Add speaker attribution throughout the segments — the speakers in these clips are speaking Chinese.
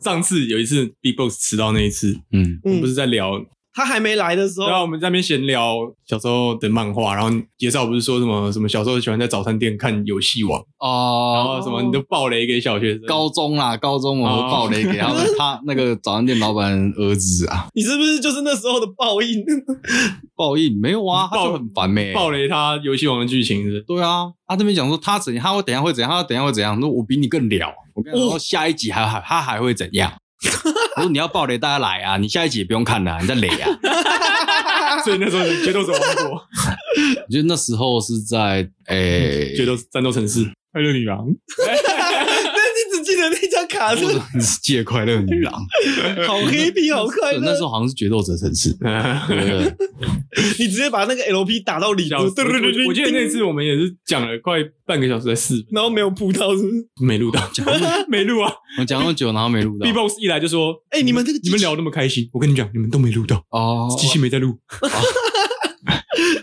Speaker 1: 上次有一次 Big Boss 迟到那一次，
Speaker 2: 嗯，
Speaker 1: 我们不
Speaker 3: 嗯，
Speaker 1: 是在聊，
Speaker 3: 他还没来的时
Speaker 1: 然后
Speaker 3: 候，
Speaker 1: 我们在那边闲聊小时候的漫画，然后介绍不是说什么什么小时候喜欢在早餐店看游戏王，然
Speaker 2: 哦、
Speaker 1: 后什么你都爆雷给小学生，
Speaker 2: 高中啦，高中我
Speaker 1: 哦
Speaker 2: 爆雷给 他们，他那个早餐店老板儿子啊，
Speaker 3: 你是不是就是那时候的报应？
Speaker 2: 报应没有啊，他
Speaker 1: 爆
Speaker 2: 就很烦呗、
Speaker 1: 爆雷他游戏王的剧情是 不是
Speaker 2: 对啊，他这边讲说他怎样，他会等一下会怎样，他等一下会怎样。那我比你更了，我跟你
Speaker 1: 哦
Speaker 2: 讲，然后下一集还还他还会怎 样？我说你要爆雷，大家来啊！你下一集也不用看了、你在雷 啊！
Speaker 1: 所以那时候决斗者王 国、
Speaker 2: 我觉得那时候是在欸诶，
Speaker 1: 决斗战斗城市、快乐女郎，
Speaker 3: 但是只记得那张卡是
Speaker 2: 我怎么世界快乐 女郎，
Speaker 3: 好 happy，好快
Speaker 2: 对那时
Speaker 3: 乐。
Speaker 2: 候好像是决斗者城 市，对不对？
Speaker 3: 你直接把那个 LP 打到里
Speaker 1: 小
Speaker 3: 头，
Speaker 1: 我
Speaker 3: 对对对对，
Speaker 1: 我记得那
Speaker 3: 叮
Speaker 1: 次我们也是讲了快半个小时才四分，
Speaker 3: 然后没有扑到，是不是？
Speaker 1: 没录到，没录啊。
Speaker 2: 我讲那么久，然后没录 到
Speaker 1: B box 一来就说：“
Speaker 3: 哎你们这个
Speaker 1: 你们聊那么开心，我跟你讲，你们都没录到，
Speaker 2: 哦，
Speaker 1: 机器没在录。”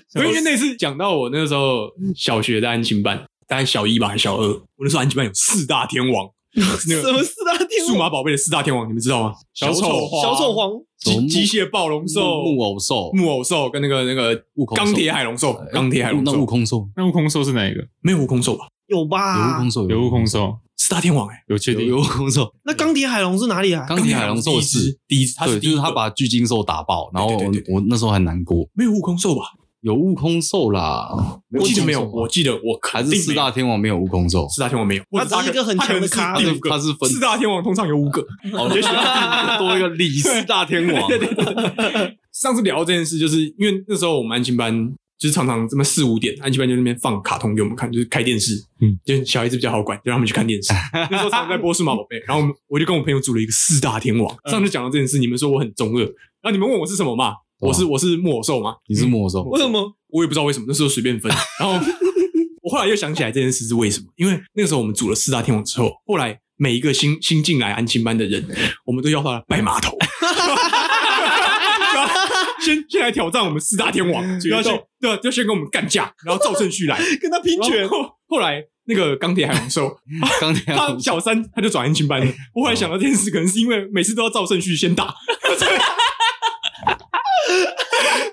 Speaker 1: 所以 因为那次讲到我那时候小学的安亲班，大概小一吧，还是小二，我那时候安亲班有四大天 王，是那
Speaker 3: 什
Speaker 1: 个
Speaker 3: 么四大天
Speaker 1: 数
Speaker 3: 王？
Speaker 1: 码宝贝的四大天王，你们知道吗？
Speaker 2: 小
Speaker 1: 丑
Speaker 2: 丑
Speaker 1: 小
Speaker 3: 小丑、皇，
Speaker 2: 什
Speaker 1: 机
Speaker 2: 么
Speaker 1: 机械暴龙兽、
Speaker 2: 木木偶兽、
Speaker 1: 木偶兽跟那个那个
Speaker 2: 悟空兽哎
Speaker 1: 钢铁海龙兽、钢铁海龙
Speaker 2: 那悟
Speaker 1: 兽，
Speaker 2: 空兽
Speaker 4: 那悟空兽是哪一个？
Speaker 1: 没有悟空兽吧？
Speaker 3: 有
Speaker 1: 啊
Speaker 2: 有悟
Speaker 3: 吧？
Speaker 2: 空兽，
Speaker 4: 有悟空兽，
Speaker 1: 四大天王哎，
Speaker 4: 有确
Speaker 2: 嗯有
Speaker 4: 定？
Speaker 2: 有悟空兽，
Speaker 3: 那钢铁海龙是哪里啊？
Speaker 2: 钢铁海龙兽
Speaker 1: 第一
Speaker 2: 是
Speaker 1: 只，第一只，他
Speaker 2: 对，
Speaker 1: 是第
Speaker 2: 就
Speaker 1: 一
Speaker 2: 是
Speaker 1: 个
Speaker 2: 他把巨鲸兽打爆，然后
Speaker 1: 对
Speaker 2: 我
Speaker 1: 对对对
Speaker 2: 我那时候很难过，
Speaker 1: 没有悟空兽吧？
Speaker 2: 有悟空兽啦，
Speaker 1: 我记得没有，
Speaker 2: 悟空兽吗
Speaker 1: 我记得我
Speaker 2: 还
Speaker 1: 肯
Speaker 2: 是
Speaker 1: 定没有
Speaker 2: 四大天王没有悟空兽，
Speaker 1: 四大天王没有，
Speaker 3: 他只是
Speaker 1: 或者
Speaker 3: 一个很
Speaker 1: 他可能
Speaker 3: 强的咖
Speaker 1: 他可能是第五个
Speaker 2: 他是分
Speaker 1: 四大天王通常有五个，
Speaker 2: 哦，也许他多一个李四大天王，
Speaker 1: 对对对。上次聊到这件事，就是因为那时候我们安亲班就是常常这么四五点，安亲班就在那边放卡通给我们看，就是开电视，
Speaker 4: 嗯，
Speaker 1: 就是小孩子比较好管，就让他们去 看电视。那时候常常在播《数码宝贝》，然后我们我就跟我朋友组了一个四大天王。
Speaker 2: 嗯
Speaker 1: 上次讲到这件事，你们说我很中二，然后你们问我是什么嘛？我是我是木偶兽嘛？
Speaker 2: 哦你是木偶兽
Speaker 3: 为什么？
Speaker 1: 我也不知道为什么那时候随 便分。然后我后来又想起来这件事是为什么，因为那个时候我们组了四大天王之后，后来每一个新新进来安亲班的人，我们都要他拜码 头。然后先先来挑战我们四大天王，就要先对啊，就先跟我们干架，然后照顺 序来。
Speaker 3: 跟他拼
Speaker 1: 然
Speaker 3: 拳？
Speaker 1: 后后来那个钢铁海王兽，
Speaker 2: 钢铁海
Speaker 1: 他
Speaker 2: 龙兽
Speaker 1: 小三他就转安亲班
Speaker 4: 哎
Speaker 1: 了。我后来想到这件事，可能是因为每次都要照顺序先打，所以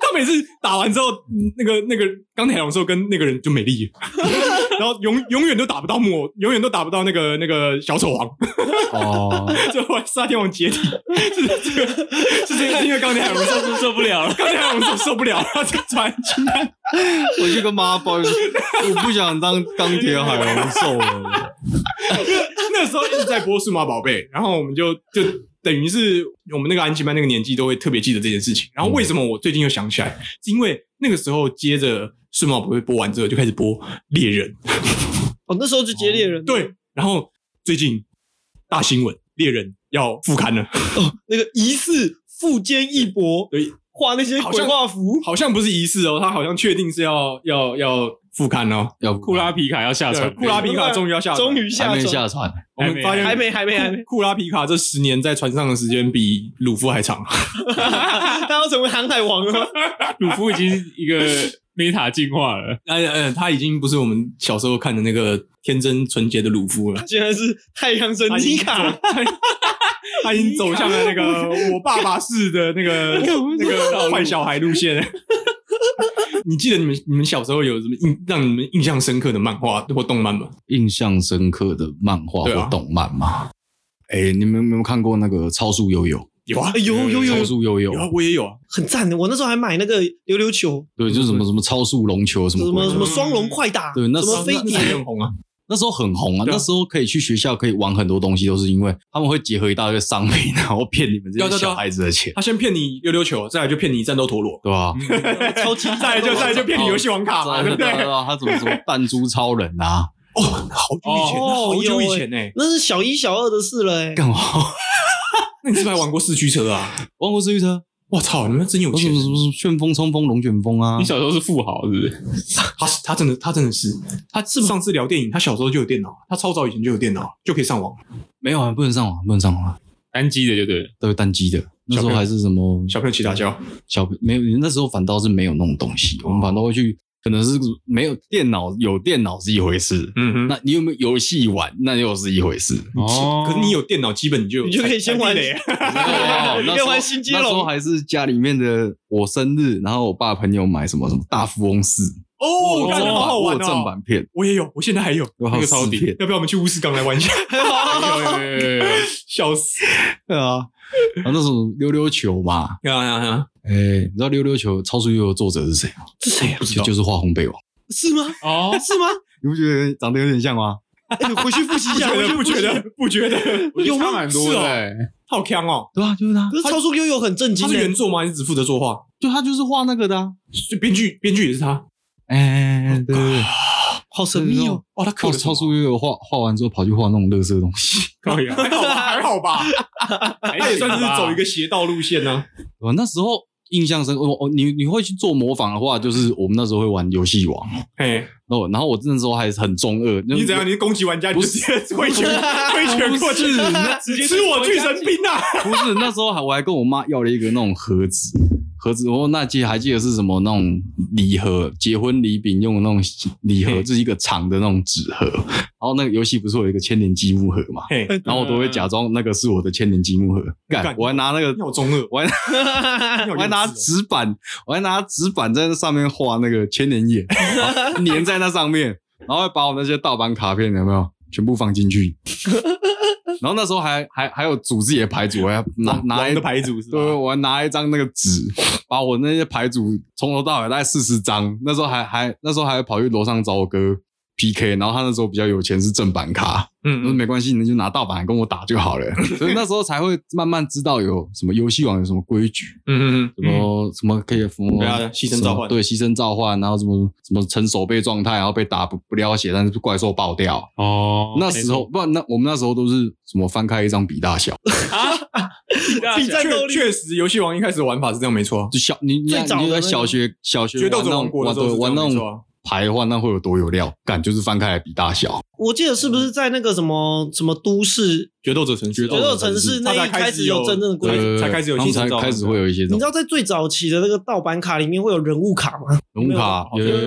Speaker 1: 他每次打完之后，嗯那个那个钢铁海龙兽跟那个人就没力了， 然后永永远都打不到木偶，永远都打不到那个那个小丑王，
Speaker 2: 哦，
Speaker 1: 最后四大天王解体， 是这个是这个是因为钢铁海龙兽
Speaker 4: 受不了 了，
Speaker 1: 钢铁海龙兽受不了，他就转安亲班。
Speaker 2: 我就跟妈妈抱怨说，我不想当钢铁海龙兽 了，
Speaker 1: 那时候一直在播数码宝贝，然后我们就就等于是我们那个安琪班那个年纪都会特别记得这件事情。然后为什么我最近又想起来，
Speaker 3: 嗯
Speaker 1: 是因为那个时候接着数码宝贝播完之后就开始播猎人，
Speaker 3: 哦，那时候就接猎人，，
Speaker 1: 对，然后最近大新闻猎人要复刊了，
Speaker 3: 那个疑似富坚义博
Speaker 1: 对，
Speaker 3: 画那些鬼画符，
Speaker 1: 好像不是疑似哦，他好像确定是要要要复刊哦。
Speaker 2: 要
Speaker 4: 库拉皮卡要下
Speaker 1: 对
Speaker 4: 船，
Speaker 1: 库拉皮卡终于要下船，
Speaker 3: 终于
Speaker 2: 还
Speaker 3: 下
Speaker 2: 没
Speaker 3: 手，
Speaker 2: 下船，
Speaker 1: 我们发现
Speaker 3: 还没还没还没，
Speaker 1: 库拉皮卡这十年在船上的时间比鲁夫还长。
Speaker 3: 他要成为航海王了吗。
Speaker 4: 鲁夫已经一个 meta 进化了。
Speaker 1: 呃呃，他已经不是我们小时候看的那个天真纯洁的鲁夫了，
Speaker 3: 竟然是太阳神
Speaker 1: 他已
Speaker 3: 尼
Speaker 1: 经走
Speaker 3: 卡，，
Speaker 1: 他已经走向了那个 我爸爸式的那个那个坏小孩路线。 你记得你们你们小时候有什么印让你们印象深刻的漫画或动漫吗？
Speaker 2: 印象深刻的漫画
Speaker 1: 对啊
Speaker 2: 或动漫嘛？哎，你们有没有看过那个《超速悠悠
Speaker 1: 有啊
Speaker 3: 哎有有》？
Speaker 2: 超
Speaker 3: 有，
Speaker 2: 速悠悠
Speaker 1: 有，啊，我也有啊。
Speaker 3: 很赞的。我那时候还买那个溜溜球，
Speaker 2: 对，就是什么什么超速龙球什
Speaker 3: 什
Speaker 2: 么鬼
Speaker 3: 么
Speaker 2: 的
Speaker 3: 什
Speaker 1: 嗯
Speaker 3: 么双龙快打，
Speaker 2: 对那
Speaker 3: 什
Speaker 2: 时
Speaker 3: 么
Speaker 2: 候
Speaker 3: 飞
Speaker 1: 那那时候也
Speaker 3: 碟，
Speaker 1: 很红啊，
Speaker 2: 那时候很红啊，
Speaker 1: 对啊
Speaker 2: 那时候可以去学校可以玩很多东西，都是因为他们会结合一大堆商品，然后骗你们这
Speaker 1: 对
Speaker 2: 些
Speaker 1: 啊对啊
Speaker 2: 小孩子的钱，
Speaker 1: 他先骗你溜溜球，再来就骗你战斗陀螺，
Speaker 2: 对吧？
Speaker 3: 超级
Speaker 1: 再来就再来就骗你游戏王卡嘛，对不对？
Speaker 2: 啊，他怎么什么弹珠超人啊？
Speaker 1: 哦，好久以前，
Speaker 3: 哦
Speaker 1: 那好久以
Speaker 3: 有欸
Speaker 1: 前呢。
Speaker 3: 那是小一小二的事了、欸。
Speaker 2: 干嘛？
Speaker 1: 那你是不是还玩过四驱车啊？
Speaker 2: 王国之玉车，
Speaker 1: 我操，你们真有
Speaker 2: 什
Speaker 1: 钱
Speaker 2: 么！什么什么旋风冲锋龙卷风啊
Speaker 4: 你？小时候是富豪是不是？
Speaker 1: 他是他真的他真的是他是上次聊电影，他小时候就有电脑，啊他超早以前就有电脑，啊就可以上网。
Speaker 2: 没有啊，不能上网，不能上网啊，
Speaker 4: 单机的就对了。
Speaker 2: 都是单机的。那时候还是什么
Speaker 1: 小朋友起大叫，
Speaker 2: 小没有，那时候反倒是没有那种东西，我们反倒会去可能是没有电脑，有电脑是一回事。
Speaker 1: 嗯哼，
Speaker 2: 那你有没有游戏玩，那又是一回事。
Speaker 4: 哦
Speaker 1: 可是你有电脑，基本你就
Speaker 3: 你就可以先玩
Speaker 1: 踩地雷
Speaker 2: 哦那时
Speaker 3: 要
Speaker 2: 候
Speaker 3: 玩新接
Speaker 2: 那时候
Speaker 3: 龙，
Speaker 2: 还是家里面的我生日，然后我爸朋友买什么什么大富翁四，
Speaker 1: 哦，
Speaker 2: 我有
Speaker 1: 干
Speaker 2: 正
Speaker 1: 好好
Speaker 2: 版我
Speaker 1: 玩
Speaker 2: 有
Speaker 1: 哦，
Speaker 2: 正版片，
Speaker 1: 我也有，我现在还有，
Speaker 2: 我好
Speaker 1: 那个
Speaker 2: 四
Speaker 1: 超
Speaker 2: 片
Speaker 1: 底，要不要我们去乌斯港来玩一下？
Speaker 4: 哎有有有有
Speaker 1: 笑死！
Speaker 2: 对啊，然后那种溜溜球嘛，
Speaker 1: 呀呀呀！
Speaker 2: 哎，你知道溜溜球超速悠悠的作者是谁吗？
Speaker 3: 这谁啊？
Speaker 1: 不知道
Speaker 2: 就就是画烘焙王，
Speaker 3: 是吗？
Speaker 4: 哦，
Speaker 3: 是吗？
Speaker 2: 你不觉得长得有点像吗？
Speaker 3: 哎回去复习一下，回 去
Speaker 1: 不
Speaker 3: 复习
Speaker 1: 觉
Speaker 3: 一下
Speaker 1: 得？不觉得？不觉得？
Speaker 4: 我觉得
Speaker 3: 有吗
Speaker 4: 差蛮多
Speaker 1: 哦
Speaker 4: 的欸，
Speaker 1: 好强哦！
Speaker 2: 对啊，就是他，
Speaker 3: 可是超速悠悠很震惊
Speaker 1: 他是
Speaker 3: 欸
Speaker 1: 原作吗？还是只负责作画？
Speaker 2: 就他就是画那个的啊，
Speaker 1: 是编剧，编剧也是他。
Speaker 2: 哎，对对对，
Speaker 3: 好神秘哦。
Speaker 1: 哦，他
Speaker 2: 靠
Speaker 1: 刻的
Speaker 2: 超速悠悠画画完之后跑去画那种乐色 东西，
Speaker 1: 可以 啊，还好吧，还好吧。他也算是走一个邪道路线啊呢。
Speaker 2: 我啊那时候印象深刻，我我你你会去做模仿的话，就是我们那时候会玩游戏王
Speaker 1: 哎，
Speaker 2: 哦，然后我那时候还是很中二，
Speaker 1: 你怎样？你是攻击玩家，你就直接挥拳，挥拳过去，直接吃我巨神兵啊！
Speaker 2: 不是那时候还我还跟我妈要了一个那种盒子，盒子，我那记还记得是什么那种礼盒，结婚礼饼用的那种礼盒，
Speaker 1: 嘿
Speaker 2: 就是一个长的那种纸盒。然后那个游戏不是有一个千年积木盒嘛，
Speaker 1: 嘿，
Speaker 2: 然后我都会假装那个是我的千年积木盒，干
Speaker 1: 干，
Speaker 2: 我还拿那个
Speaker 1: 你。好中二，
Speaker 2: 我还
Speaker 1: 你好幼稚哦
Speaker 2: 我还拿纸板，我还拿纸板在那上面画那个千年 眼，然后粘在那上面，然后把我那些盗版卡片有没有全部放进 去。然后那时候还还还有组自己的牌组，我还拿拿
Speaker 1: 王
Speaker 2: 一
Speaker 1: 的牌啊组是吧？
Speaker 2: 对，我还拿一张那个纸，把我那些牌组从头到尾大概四十张，那时候还还那时候还跑去楼上找我哥 PK，然后他那时候比较有钱是正版卡，我说
Speaker 1: 嗯，嗯
Speaker 2: 没关系，你就拿盗版跟我打就好了，所以那时候才会慢慢知道有什么游戏王有什么规矩，
Speaker 1: 嗯嗯
Speaker 2: 什么、什么可以什么
Speaker 1: 对啊牺牲召唤
Speaker 2: 什么对牺牲召唤，然后什么什么成守备状态，然后被打不不了血，但是怪兽爆掉。
Speaker 4: 哦，
Speaker 2: 那时候不然那我们那时候都是什么翻开一张笔大小，
Speaker 1: 嗯，
Speaker 3: 战斗
Speaker 1: 确
Speaker 3: 力
Speaker 1: 确实，游戏王一开始的玩法是这样，没错啊。
Speaker 2: 就小你你
Speaker 3: 最早的
Speaker 2: 你就在
Speaker 3: 那个
Speaker 2: 小学小学
Speaker 1: 决斗
Speaker 2: 玩
Speaker 1: 者
Speaker 2: 那
Speaker 1: 王
Speaker 2: 种
Speaker 1: 国的
Speaker 2: 玩
Speaker 1: 时候
Speaker 2: 对
Speaker 1: 是
Speaker 2: 玩
Speaker 1: 这样
Speaker 2: 那
Speaker 1: 没错
Speaker 2: 种
Speaker 1: 啊。
Speaker 2: 牌的话，那会有多有料？感就是翻开来比大小，
Speaker 3: 我记得是不
Speaker 2: 嗯
Speaker 3: 是在那个什么什么都市
Speaker 1: 决斗者城市，哦
Speaker 2: 决
Speaker 3: 决斗城市那
Speaker 1: 他才
Speaker 3: 一开
Speaker 1: 开
Speaker 3: 始
Speaker 1: 始
Speaker 3: 有
Speaker 1: 有
Speaker 3: 真正的规
Speaker 1: 才
Speaker 3: 矩？
Speaker 2: 对
Speaker 1: 才开始有
Speaker 2: 他们
Speaker 1: 新
Speaker 2: 才
Speaker 1: 手账
Speaker 2: 开始会有一些这
Speaker 3: 你知
Speaker 2: 种
Speaker 3: 道在最早期的那个盗版卡里面会有人物卡吗？
Speaker 2: 人物卡，
Speaker 1: 没有
Speaker 2: 有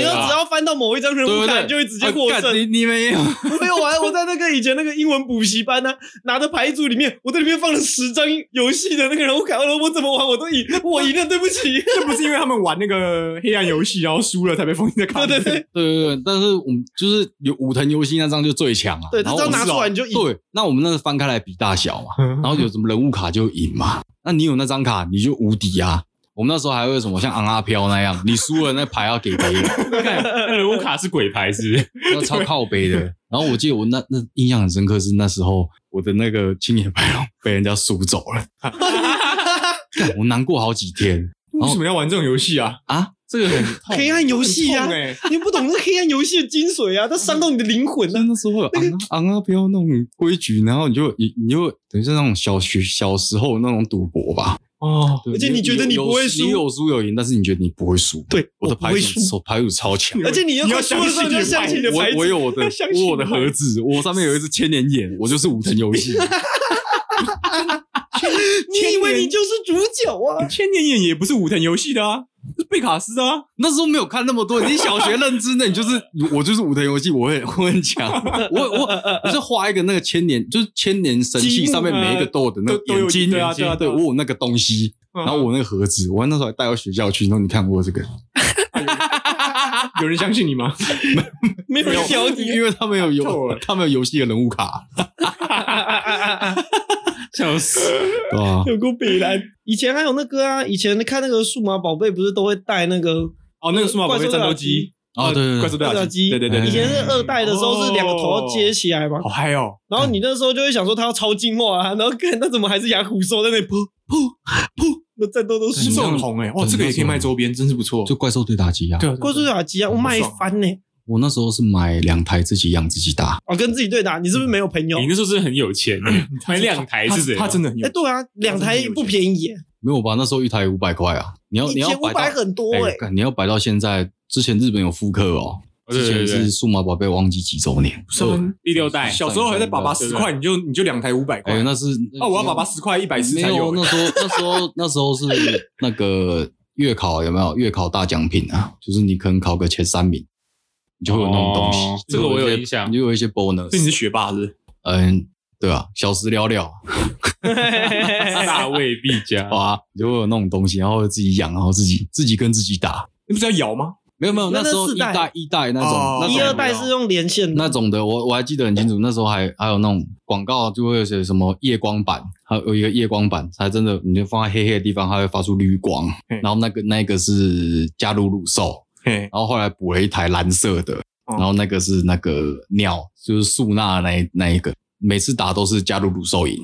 Speaker 2: 有
Speaker 3: 就
Speaker 2: 有
Speaker 3: 只要翻到某一张人物
Speaker 2: 啊对对
Speaker 3: 卡，
Speaker 2: 对
Speaker 3: 你就会直接获
Speaker 2: 啊干
Speaker 3: 胜。
Speaker 2: 你你没有，
Speaker 3: 没有玩，我在那个以前那个英文补习班呢、拿的牌组里面，我在里面放了十张游戏的那个人物卡，我怎么玩我都赢，我赢了，对不起。
Speaker 1: 这 不是因为他们玩那个黑暗游戏，然后输了才被封印在卡
Speaker 3: 对
Speaker 1: 里
Speaker 3: 对
Speaker 1: 面。
Speaker 3: 对，
Speaker 2: 对对对，但是我们就是有武藤游戏那张就最强啊，
Speaker 3: 对，
Speaker 2: 然
Speaker 3: 他
Speaker 2: 后
Speaker 3: 只要
Speaker 2: 我
Speaker 3: 拿
Speaker 2: 们
Speaker 3: 出来你就赢。
Speaker 2: 对，那我们那个翻开来比大 小嘛，
Speaker 1: 嗯
Speaker 2: 然后有什么人物卡就赢嘛，那你有那张卡你就无敌啊。我们那时候还会什么像昂阿飘那样，你输了那牌要给别人，
Speaker 4: 那人物呃卡是鬼牌是不是？
Speaker 2: 要超靠背的。然后我记得我那那印象很深刻是那时候我的那个青年白龙被人家输走 了，干我难过好几天
Speaker 1: 为什么要玩这种游戏啊？
Speaker 2: 啊。这个很痛
Speaker 3: 黑暗游戏啊
Speaker 1: 很痛，欸
Speaker 3: 你不懂这黑暗游戏的精髓啊，它伤到你的灵魂
Speaker 2: 那
Speaker 3: 啊。
Speaker 2: 那时候有昂啊昂啊飘那种规矩，然后你就你你就等于是那种小学小时候那种赌博吧。
Speaker 1: 哦，
Speaker 2: 对
Speaker 3: 而且你觉得你
Speaker 2: 有
Speaker 3: 不会
Speaker 2: 有
Speaker 3: 输
Speaker 2: 你有输有赢，但是你觉得你不会输。
Speaker 3: 对
Speaker 2: 我的
Speaker 3: 我不
Speaker 2: 牌
Speaker 3: 会
Speaker 2: 组
Speaker 3: 输
Speaker 2: 手牌组超强。
Speaker 3: 而且你要
Speaker 1: 你要
Speaker 3: 快输的时候，你就
Speaker 1: 相
Speaker 3: 想起你的牌
Speaker 2: 我
Speaker 3: 子，
Speaker 2: 我有我的，
Speaker 3: 相
Speaker 2: 我
Speaker 3: 信
Speaker 2: 有我的
Speaker 3: 你
Speaker 2: 盒子，我上面有一只千年眼，我就是武藤游戏。
Speaker 3: 你以为你就是主角啊？
Speaker 1: 千年眼也不是武藤游戏的啊，是贝卡斯的啊。
Speaker 2: 那时候没有看那么多，你小学认知呢，你就是 我就是武藤游戏，我会 我很强。我我我是画一个那个千年，就是千年神器
Speaker 1: 积木
Speaker 2: 上面每一个都有的那
Speaker 1: 呃
Speaker 2: 个
Speaker 1: 都都有
Speaker 2: 眼睛，
Speaker 1: 对啊
Speaker 2: 眼睛
Speaker 1: 对啊
Speaker 2: 对
Speaker 1: 对啊嗯
Speaker 2: 我有那个东西，然后我那个盒子，我那时候还带到学校去，然后你看我有这个，
Speaker 1: 有人相信你 吗？
Speaker 3: 没有人屌你，
Speaker 2: 因为他们有
Speaker 1: 透
Speaker 2: 游
Speaker 1: 了，
Speaker 2: 他们有游戏的人物卡，
Speaker 4: 笑死！
Speaker 2: 对吧？
Speaker 3: 有够北蓝。以前还有那个啊，以前看那个数码宝贝，不是都会带那个
Speaker 1: 哦，那个数码宝贝战斗机，
Speaker 2: 哦，对对
Speaker 1: 怪
Speaker 2: 对
Speaker 1: 兽对
Speaker 3: 对
Speaker 1: 打
Speaker 3: 讲
Speaker 1: 机，
Speaker 3: 机，
Speaker 1: 对对对，
Speaker 3: 以前是二代的时候
Speaker 1: 哦
Speaker 3: 是两个头要接起来嘛，
Speaker 1: 好嗨哦！
Speaker 3: 然后你那时候就会想说他要超进化啊，然后看他怎么还是牙虎兽在那里噗噗噗，那战斗都
Speaker 1: 是
Speaker 3: 输
Speaker 1: 不是
Speaker 3: 了。
Speaker 1: 很红哎，
Speaker 2: 嗯
Speaker 1: 哇，这个也可以卖周边，真是不错。
Speaker 2: 就怪兽对打机啊。
Speaker 1: 对啊，
Speaker 3: 怪兽打机啊，我卖翻呢、
Speaker 2: 我那时候是买两台自己养自己打，
Speaker 3: 哦，跟自己对打，你
Speaker 2: 嗯
Speaker 3: 是不是没有朋友？
Speaker 4: 你那时候真的很有钱欸，买两台是怎
Speaker 1: 他
Speaker 4: 样？
Speaker 1: 真的很
Speaker 3: 哎、
Speaker 1: 有，
Speaker 3: 对啊，两台不便宜、耶
Speaker 2: 没有吧？那时候一台五百块啊，你要你
Speaker 3: 一
Speaker 2: 要
Speaker 3: 千五
Speaker 2: 摆
Speaker 3: 百
Speaker 2: 到
Speaker 3: 很多哎、
Speaker 2: 哎干你要摆到现在，之前日本有复刻哦，
Speaker 4: 对
Speaker 2: 之前
Speaker 4: 对对
Speaker 2: 是数码宝贝忘记几周年，
Speaker 1: 是吗
Speaker 4: 第六代，
Speaker 1: 小时候还在爸爸十块，你就你就两台五百块哦
Speaker 2: 哎，。那是
Speaker 1: 哦，我要爸爸十块一百四
Speaker 2: 没
Speaker 1: 才
Speaker 2: 有，
Speaker 1: 有
Speaker 2: 那
Speaker 1: 欸。
Speaker 2: 时候那时候那时候是那个月考有没有月考大奖品啊？就是你可能考个前三名，你就会有那种东西。
Speaker 4: 哦
Speaker 2: 就
Speaker 4: 这个我有
Speaker 2: 一些
Speaker 4: 印象
Speaker 2: 你就有一些
Speaker 1: 所以你
Speaker 2: bonus。
Speaker 1: 是学霸是不是？
Speaker 2: 嗯，对啊，小时了了，哎
Speaker 3: 呃
Speaker 4: 大卫必 加
Speaker 2: 好，啊，你就会有那种东西，然后自己养，然后自己自己跟自己打。
Speaker 1: 那不是要咬吗？
Speaker 2: 没有没有，
Speaker 3: 那
Speaker 2: 那时候
Speaker 3: 那四
Speaker 2: 一
Speaker 3: 代
Speaker 2: 代一代那种，
Speaker 1: 哦
Speaker 2: 那种
Speaker 3: 一二代是用连
Speaker 1: 嗯
Speaker 3: 线的，
Speaker 2: 那种的，我我还记得很清楚。那时候还还有那种广告，就会有些什么夜光板，还有一个夜光板，它真的你就放在黑黑的地方，它会发出绿光
Speaker 1: 嗯。
Speaker 2: 然后那个那个是加入鲁兽，
Speaker 1: 嘿，
Speaker 2: 然后后来补了一台蓝色的，
Speaker 1: 哦
Speaker 2: 然后那个是那个鸟，就是素娜那一那一个。每次打都是加入鲁兽赢。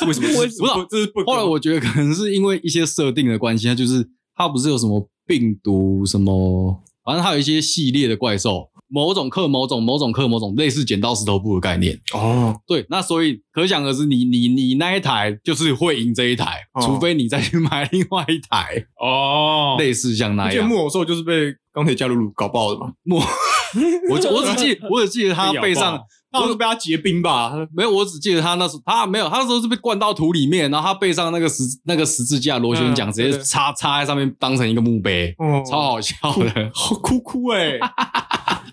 Speaker 1: 这为什么？
Speaker 2: 我也
Speaker 1: 这是不这是不
Speaker 2: 后来我觉得可能是因为一些设定的关系，它就是它不是有什么病毒什么，反正它有一些系列的怪兽，某种克某种某种克某种，类似剪刀石头布的概念。
Speaker 1: 哦，
Speaker 2: 对，那所以可想而知你，你你那一台就是会赢这一台，
Speaker 1: 哦
Speaker 2: 除非你再去买另外一台，
Speaker 4: 哦，
Speaker 2: 类似像
Speaker 1: 我
Speaker 2: 那
Speaker 1: 记得
Speaker 2: 样。
Speaker 1: 木偶兽就是被钢铁加鲁鲁搞爆的嘛，
Speaker 2: 我只我只 记我只记得他
Speaker 4: 被咬
Speaker 2: 背
Speaker 4: 爆
Speaker 2: 上
Speaker 1: 他哎好像被他结冰吧？
Speaker 2: 没有，我只记得他那时候他没有，他那时候是被灌到土里面，然后他背上那个十那个十字架螺旋桨
Speaker 1: 嗯
Speaker 2: 直接
Speaker 1: 对对
Speaker 2: 插插在上面当成一个墓碑，
Speaker 1: 哦
Speaker 2: 超好笑 的。
Speaker 1: 好哭哭哎！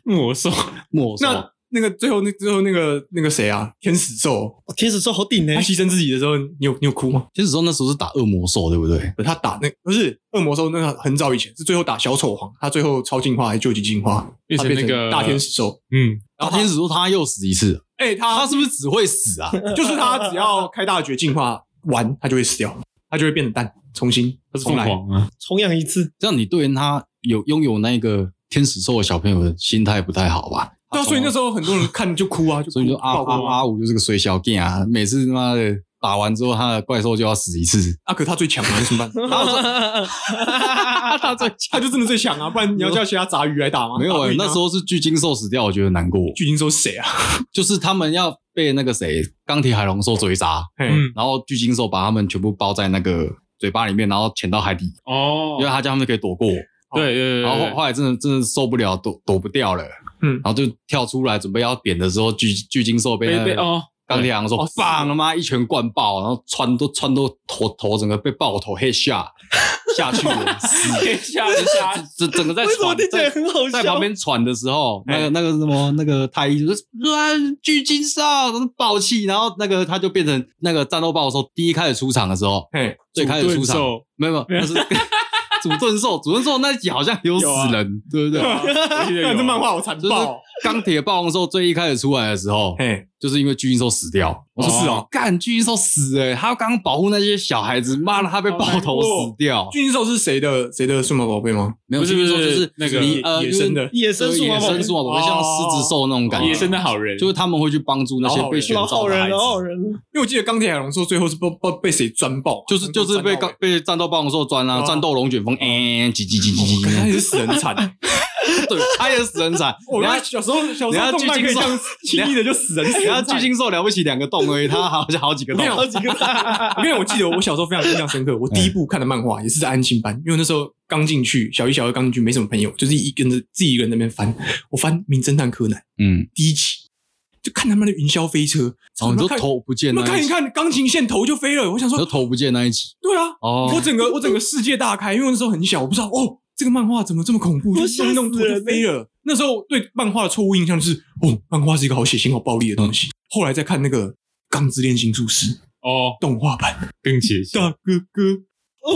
Speaker 4: 魔兽
Speaker 2: 莫说
Speaker 1: 那那个最后那最后那个那个谁啊，天使兽，
Speaker 3: 哦天使兽好顶呢
Speaker 1: 他，牺牲自己的时候，你有你有哭吗？
Speaker 2: 天使说那时候是打恶魔兽，对不对？
Speaker 1: 不是他打那不是恶魔兽，那个很早以前是最后打小丑皇，他最后超进化还是究极进化，
Speaker 4: 变
Speaker 1: 他
Speaker 4: 成
Speaker 1: 变
Speaker 4: 那个
Speaker 1: 大天使兽。
Speaker 4: 嗯，
Speaker 1: 哦
Speaker 2: 然后啊天使说他又死一次，
Speaker 1: 哎，
Speaker 2: 他
Speaker 1: 他
Speaker 2: 是不是只会死啊？
Speaker 1: 就是他只要开大绝进化完，他就会死掉，他就会变蛋，重新
Speaker 4: 他是
Speaker 1: 重
Speaker 4: 凤
Speaker 1: 来。
Speaker 4: 凰啊，
Speaker 3: 重养一 次，
Speaker 2: 这样你对他有拥有那个天使兽的小朋友的心态不太好吧？
Speaker 1: 对啊，所以那时候很多人看就哭啊，就哭
Speaker 2: 所以就阿
Speaker 1: 爆哭
Speaker 2: 阿阿五就是个水小 gay 啊，每次他妈的打完之后，他的怪兽就要死一次。
Speaker 1: 啊，可他最强啊，怎 么办？
Speaker 2: 他最
Speaker 1: 他就真的最强啊，不然你要叫其他杂鱼来打吗？
Speaker 2: 没有、
Speaker 1: 打
Speaker 2: 欸
Speaker 1: 不，赢啊
Speaker 2: 那时候是巨鲸兽死掉，我觉得难过，
Speaker 1: 巨鲸兽是谁啊？
Speaker 2: 就是他们要被那个谁钢铁海龙兽追杀，
Speaker 1: 嗯，
Speaker 4: 嗯，
Speaker 2: 然后巨鲸兽把他们全部包在那个嘴巴里面，然后潜到海底，
Speaker 4: 哦
Speaker 2: 因为，他这样他们可以躲过。
Speaker 4: 对对对，对
Speaker 2: 然后后来真的真的受不了，躲躲不掉了，
Speaker 1: 嗯
Speaker 2: 然后就跳出来准备要扁的时候，巨巨鲸兽被那
Speaker 4: 被
Speaker 2: 个
Speaker 4: 被哦，
Speaker 2: 钢铁狼说
Speaker 1: 哦
Speaker 2: 棒
Speaker 1: 是
Speaker 2: 他妈一拳灌爆，然后穿都穿都头头整个被爆头黑下下去 了，死
Speaker 4: 对吓一吓，
Speaker 2: 这整个在
Speaker 3: 为什么
Speaker 2: 喘
Speaker 3: 听起来
Speaker 2: 在
Speaker 3: 很好
Speaker 2: 在
Speaker 3: 笑
Speaker 2: 旁？边喘的时候，
Speaker 1: 哎
Speaker 2: 那个那个什么那个太医就说啊巨鲸兽爆气，然后那个他就变成那个战斗豹的时候，第一开始出场的时候，
Speaker 1: 嘿，
Speaker 2: 最开始出
Speaker 4: 主盾
Speaker 2: 场
Speaker 4: 兽
Speaker 2: 没有没有，那是主盾兽，主盾兽那集好像有死
Speaker 4: 有啊
Speaker 2: 人，对不对？啊
Speaker 4: 我记得 有
Speaker 1: 那这漫画好残
Speaker 2: 就是
Speaker 1: 暴哦，
Speaker 2: 钢铁暴龙兽最一开始出来的时候，
Speaker 1: 嘿，
Speaker 2: 就是因为巨鹰兽死掉。
Speaker 1: 我说是哦，
Speaker 2: 干巨鹰兽死哎、欸，他刚保护那些小孩子，妈的，他被爆头死掉。
Speaker 1: 巨鲸兽是谁的谁的数码宝贝吗？
Speaker 2: 没有，
Speaker 4: 不是
Speaker 2: 巨鹰兽就
Speaker 4: 不
Speaker 2: 是
Speaker 4: 是那个
Speaker 2: 你呃
Speaker 1: 野生的
Speaker 3: 野生
Speaker 2: 就是
Speaker 3: 数
Speaker 2: 野
Speaker 3: 码宝贝
Speaker 2: 生，数码宝贝，像
Speaker 1: 哦
Speaker 2: 狮子兽那种感觉，
Speaker 4: 野生的好人，
Speaker 2: 就是他们会去帮助那些被选
Speaker 3: 老
Speaker 2: 召的
Speaker 3: 好人，
Speaker 2: 孩子
Speaker 3: 老，好人，
Speaker 1: 因为我记得钢铁海龙兽最后是不不被谁钻爆，啊
Speaker 2: 就是就是被
Speaker 1: 钢
Speaker 2: 刚，被战斗暴龙兽钻啊，
Speaker 1: 哦
Speaker 2: 战斗龙卷风，哎，叽叽叽叽
Speaker 1: 他
Speaker 2: 叽，
Speaker 1: 也是死人惨。
Speaker 2: 对，他也死人惨。
Speaker 1: 我
Speaker 2: 人
Speaker 1: 原
Speaker 2: 家
Speaker 1: 来小时候小
Speaker 2: 人
Speaker 1: 时
Speaker 2: 家
Speaker 1: 候动漫
Speaker 2: 巨
Speaker 1: 可
Speaker 2: 鲸
Speaker 1: 以这
Speaker 2: 兽
Speaker 1: 样轻易的就死人，死人
Speaker 2: 然后
Speaker 1: 惨
Speaker 2: 巨。鲸兽了不起两个洞而已，它好像好几个洞
Speaker 1: 没。有
Speaker 3: 好几个
Speaker 1: 因为我记得我小时候非常印象深刻，我第
Speaker 2: 嗯
Speaker 1: 一部看的漫画也是在安亲班，因为那时候刚进去，小一、小二刚进去没什么朋友，就是一跟着自己一个人在那边翻。我翻《名侦探柯南》
Speaker 2: 嗯，
Speaker 1: 第一集，就看他们的云霄飞车，
Speaker 2: 哦，你
Speaker 1: 怎
Speaker 2: 说
Speaker 1: 么看
Speaker 2: 头不见
Speaker 1: 那
Speaker 2: 那
Speaker 1: 看
Speaker 2: 一
Speaker 1: 一
Speaker 2: 集，
Speaker 1: 看钢琴线头就飞了，我想
Speaker 2: 你说
Speaker 1: 说，
Speaker 2: 头不见那一集，
Speaker 1: 对啊，
Speaker 2: 哦，
Speaker 1: 我整个我整个世界大开，因为那时候很小，我不知道哦，这个漫画怎么这么恐怖，
Speaker 3: 我
Speaker 1: 就是弄一弄
Speaker 3: 吓
Speaker 1: 头
Speaker 3: 死人
Speaker 1: 就飞了。那时候对漫画的错误印象就是，哦，漫画是一个好血腥、好暴力的东西。
Speaker 2: 嗯
Speaker 1: 后来再看那个《钢之炼金术师》
Speaker 4: 哦
Speaker 1: 动画版，
Speaker 4: 更邪性，
Speaker 2: 啊
Speaker 1: 大哥 哥，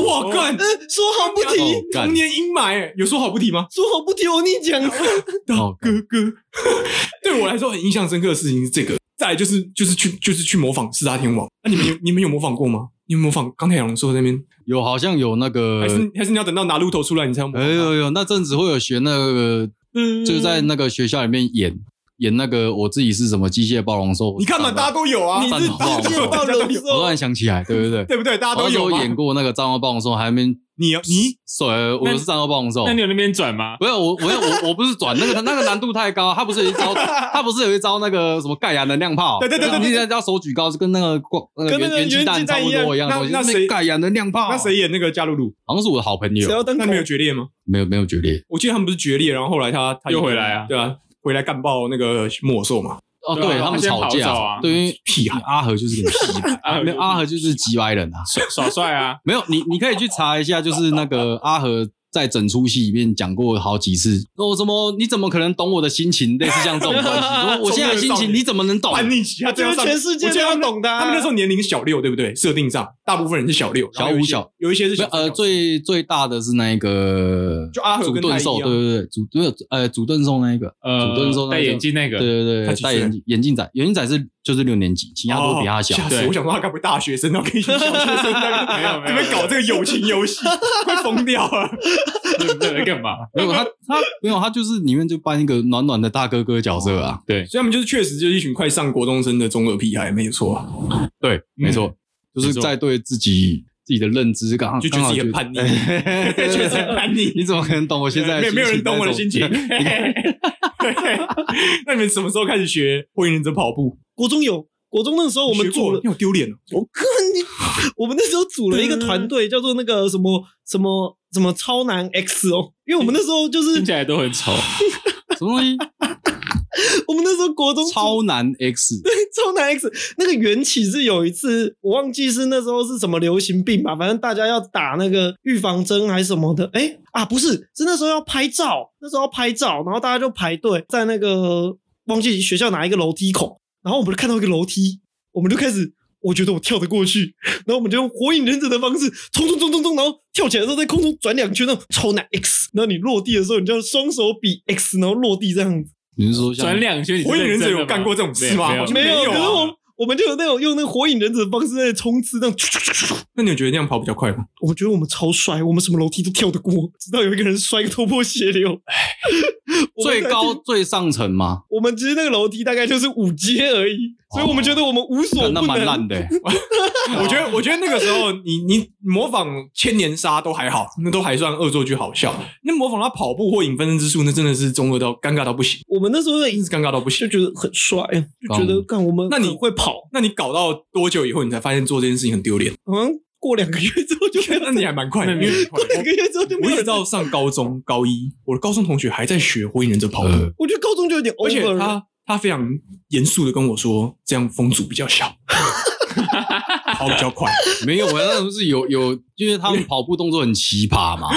Speaker 1: 我干，
Speaker 3: 呃，说好不提
Speaker 2: 哦，干
Speaker 1: 童年阴霾，哎有说好不提吗？
Speaker 3: 说好不提，我跟你讲，
Speaker 1: 大
Speaker 2: 哦干
Speaker 1: 哥哥，对我来说很印象深刻的事情是这个。再来就是就是去就是去模仿四大天王，那、你们有你们有模仿过吗？你们模仿钢铁龙说那边，
Speaker 2: 有好像有那个
Speaker 1: 还，是还是你要等到拿鹿头出来你才要模
Speaker 2: 呃哎
Speaker 1: 仿他？
Speaker 2: 呦呦，那阵子会有学那个，
Speaker 1: 嗯
Speaker 2: 就是在那个学校里面演演那个我自己是什么机械暴龙兽，
Speaker 1: 你看嘛，大家都有啊，
Speaker 3: 你
Speaker 2: 战
Speaker 3: 是
Speaker 2: 斗暴龙
Speaker 3: 机
Speaker 2: 兽
Speaker 3: 械暴龙
Speaker 2: 我突
Speaker 3: 兽
Speaker 2: 然，想起来，对不对？
Speaker 1: 对不对？ 大家都
Speaker 2: 我那时
Speaker 1: 有
Speaker 2: 候
Speaker 1: 嘛
Speaker 2: 演过那个战斗暴龙兽，还没
Speaker 1: 你啊你
Speaker 2: 手，呃我
Speaker 4: 那
Speaker 2: 是战斗暴龙兽
Speaker 4: 那。你有那边转吗？
Speaker 2: 不是我，我我我不是转那个那个难度太高，他不是有一招，他不是有一招那个什么盖亚能量炮？
Speaker 1: 对对对对
Speaker 2: 你只要手举高，就跟那个光那个
Speaker 3: 跟那
Speaker 2: 原
Speaker 3: 个
Speaker 2: 原
Speaker 3: 原
Speaker 2: 气
Speaker 3: 鸡
Speaker 2: 弹差
Speaker 3: 蛋
Speaker 2: 不
Speaker 3: 一样
Speaker 2: 多一样的
Speaker 1: 那
Speaker 2: 东西。
Speaker 1: 那谁
Speaker 2: 盖亚能量炮？啊
Speaker 1: 那谁演那个加鲁鲁？
Speaker 2: 好像是我的好朋
Speaker 3: 谁
Speaker 2: 友，
Speaker 3: 要当
Speaker 1: 那
Speaker 3: 狗
Speaker 1: 你们有决裂吗？
Speaker 2: 没有没有决裂。
Speaker 1: 我记得他们不是决裂，然后后来他他
Speaker 4: 又回来啊
Speaker 1: 对啊，回来干爆那个木偶兽嘛。
Speaker 2: 哦，
Speaker 4: 对啊
Speaker 2: 对他们
Speaker 4: 他先
Speaker 2: 吵
Speaker 4: 跑
Speaker 2: 架，
Speaker 4: 走啊
Speaker 2: 对，因为屁孩阿和就是个屁
Speaker 4: 阿
Speaker 2: 孩，
Speaker 4: 和
Speaker 2: 没有阿和就是几百人啊，
Speaker 4: 耍耍帅啊，
Speaker 2: 没有你你可以去查一下，就是那个阿和在整出戏里面讲过好几次，哦，怎么你怎么可能懂我的心情？类似像这种关系，说我现在的心情你怎么能 懂？
Speaker 1: 叛逆期，他啊
Speaker 3: 这个
Speaker 1: 上
Speaker 3: 全世界
Speaker 1: 我记得他
Speaker 3: 都要
Speaker 1: 们
Speaker 3: 懂的啊。
Speaker 1: 他们那时候年龄小六，对不对？设定上，大部分人是小六，然后有一些
Speaker 2: 小五小，
Speaker 1: 有一些是
Speaker 2: 没
Speaker 1: 小
Speaker 2: 有呃，
Speaker 1: 三
Speaker 2: 最最大的是那一个
Speaker 1: 就阿和
Speaker 2: 主
Speaker 1: 跟他
Speaker 2: 盾
Speaker 1: 一
Speaker 2: 兽，
Speaker 1: 样
Speaker 2: 对对对，主没有呃主盾兽那一个，主盾兽
Speaker 4: 呃，
Speaker 2: 那
Speaker 4: 戴
Speaker 2: 一个
Speaker 4: 眼，镜那
Speaker 2: 对
Speaker 4: 个，
Speaker 2: 对对
Speaker 1: 他
Speaker 2: 对，
Speaker 1: 几岁
Speaker 2: 戴眼镜眼镜仔，眼镜仔是就是六年级，其他都比他小
Speaker 1: 哦。吓死
Speaker 4: 对
Speaker 1: 我想说他该不会大学生，然后跟一群小学生在那 边
Speaker 4: 没有没有
Speaker 1: 这边搞这个友情游 戏，会疯掉啊！
Speaker 4: 对对对，干嘛？
Speaker 2: 没有他他没有他就是里面就扮一个暖暖的大哥哥角色啊，
Speaker 4: 对，
Speaker 1: 所以他们就是确实就是一群快上国中生的中二屁孩，没错啊，
Speaker 2: 对，
Speaker 4: 嗯
Speaker 2: 没错，就是
Speaker 4: 没错
Speaker 2: 在对自己自己的认知刚
Speaker 1: 就觉得自己很叛逆，确实很叛逆。
Speaker 2: 你怎么可能懂我现在的
Speaker 1: 没有没有
Speaker 2: 心情
Speaker 1: 人懂我的心情。
Speaker 2: 那种
Speaker 1: 那你们什么时候开始学火影忍者跑步？
Speaker 3: 国中有，国中那时候我们
Speaker 1: 学
Speaker 3: 组
Speaker 1: 过
Speaker 3: 了
Speaker 1: 你，好丢脸哦！
Speaker 3: 我哥你， 我们那时候组了一个团队，叫做那个什么什么什么超男 X 哦，因为我们那时候就是
Speaker 4: 听起来都很丑，
Speaker 2: 什么东西？
Speaker 3: 我们那时候国中组
Speaker 2: 超男 X
Speaker 3: 超男 X 那个缘起是有一次，我忘记是那时候是什么流行病吧，反正大家要打那个预防针还是什么的。哎、啊，不是，是那时候要拍照，那时候要拍照，然后大家就排队在那个忘记学校哪一个楼梯口，然后我们就看到一个楼梯，我们就开始。我觉得我跳得过去，然后我们就用火影忍者的方式冲冲冲冲冲，然后跳起来的时候在空中转两圈，那种超男 X。然后你落地的时候，你就要双手比 X，然后落地这样子。
Speaker 2: 你是说像
Speaker 4: 转两圈，你是
Speaker 1: 火影忍者
Speaker 4: 认真的
Speaker 1: 有
Speaker 4: 吗
Speaker 1: 干过这种事吗
Speaker 4: 没有
Speaker 1: 好像
Speaker 4: 没
Speaker 3: 没
Speaker 4: 有
Speaker 3: 有，
Speaker 1: 没有啊
Speaker 3: 可是我我们就有那种用那个火影忍者的方式在冲刺，那种咻咻咻咻咻。
Speaker 1: 那你有觉得那样跑比较快 吗？
Speaker 3: 我们觉得我们超帅，我们什么楼梯都跳得过，直到有一个人摔个头破血流。 我们
Speaker 2: 最
Speaker 3: 才
Speaker 2: 高，最上层吗？
Speaker 3: 我们其实那个楼梯大概就是五阶而已，所以我们觉得我们无所不
Speaker 2: 干
Speaker 1: 哦
Speaker 3: 能。
Speaker 2: 那蛮烂的欸，
Speaker 1: 我觉得，我觉得那个时候你你模仿千年杀都还好，那都还算恶作剧好笑。那模仿他跑步或影分身之术，那真的是中二到尴尬到不行，
Speaker 3: 我们那时候
Speaker 1: 真的是尴尬到不
Speaker 3: 就
Speaker 1: 行。
Speaker 3: 觉得很帅，就觉得干我们
Speaker 1: 那你
Speaker 3: 很会跑，
Speaker 1: 那你搞到多久以后，你才发现做这件事情很丢脸？
Speaker 3: 好像过两个月之后就没有
Speaker 1: 那你还蛮快的，
Speaker 4: 那
Speaker 1: 因
Speaker 4: 你
Speaker 1: 为
Speaker 4: 很快
Speaker 3: 过两个月之后就
Speaker 1: 我
Speaker 3: 没
Speaker 1: 一
Speaker 3: 有
Speaker 1: 直
Speaker 3: 人。
Speaker 1: 到上高中高一，我的高中同学还在学火影忍者跑步，
Speaker 2: 呃
Speaker 3: 我觉得高中就有点
Speaker 1: 而且
Speaker 3: over 了。
Speaker 1: 他他非常严肃的跟我说，这样风阻比较小， 跑比较快。
Speaker 2: 没有，我那时候是有有，因为他们跑步动作很奇葩 嘛。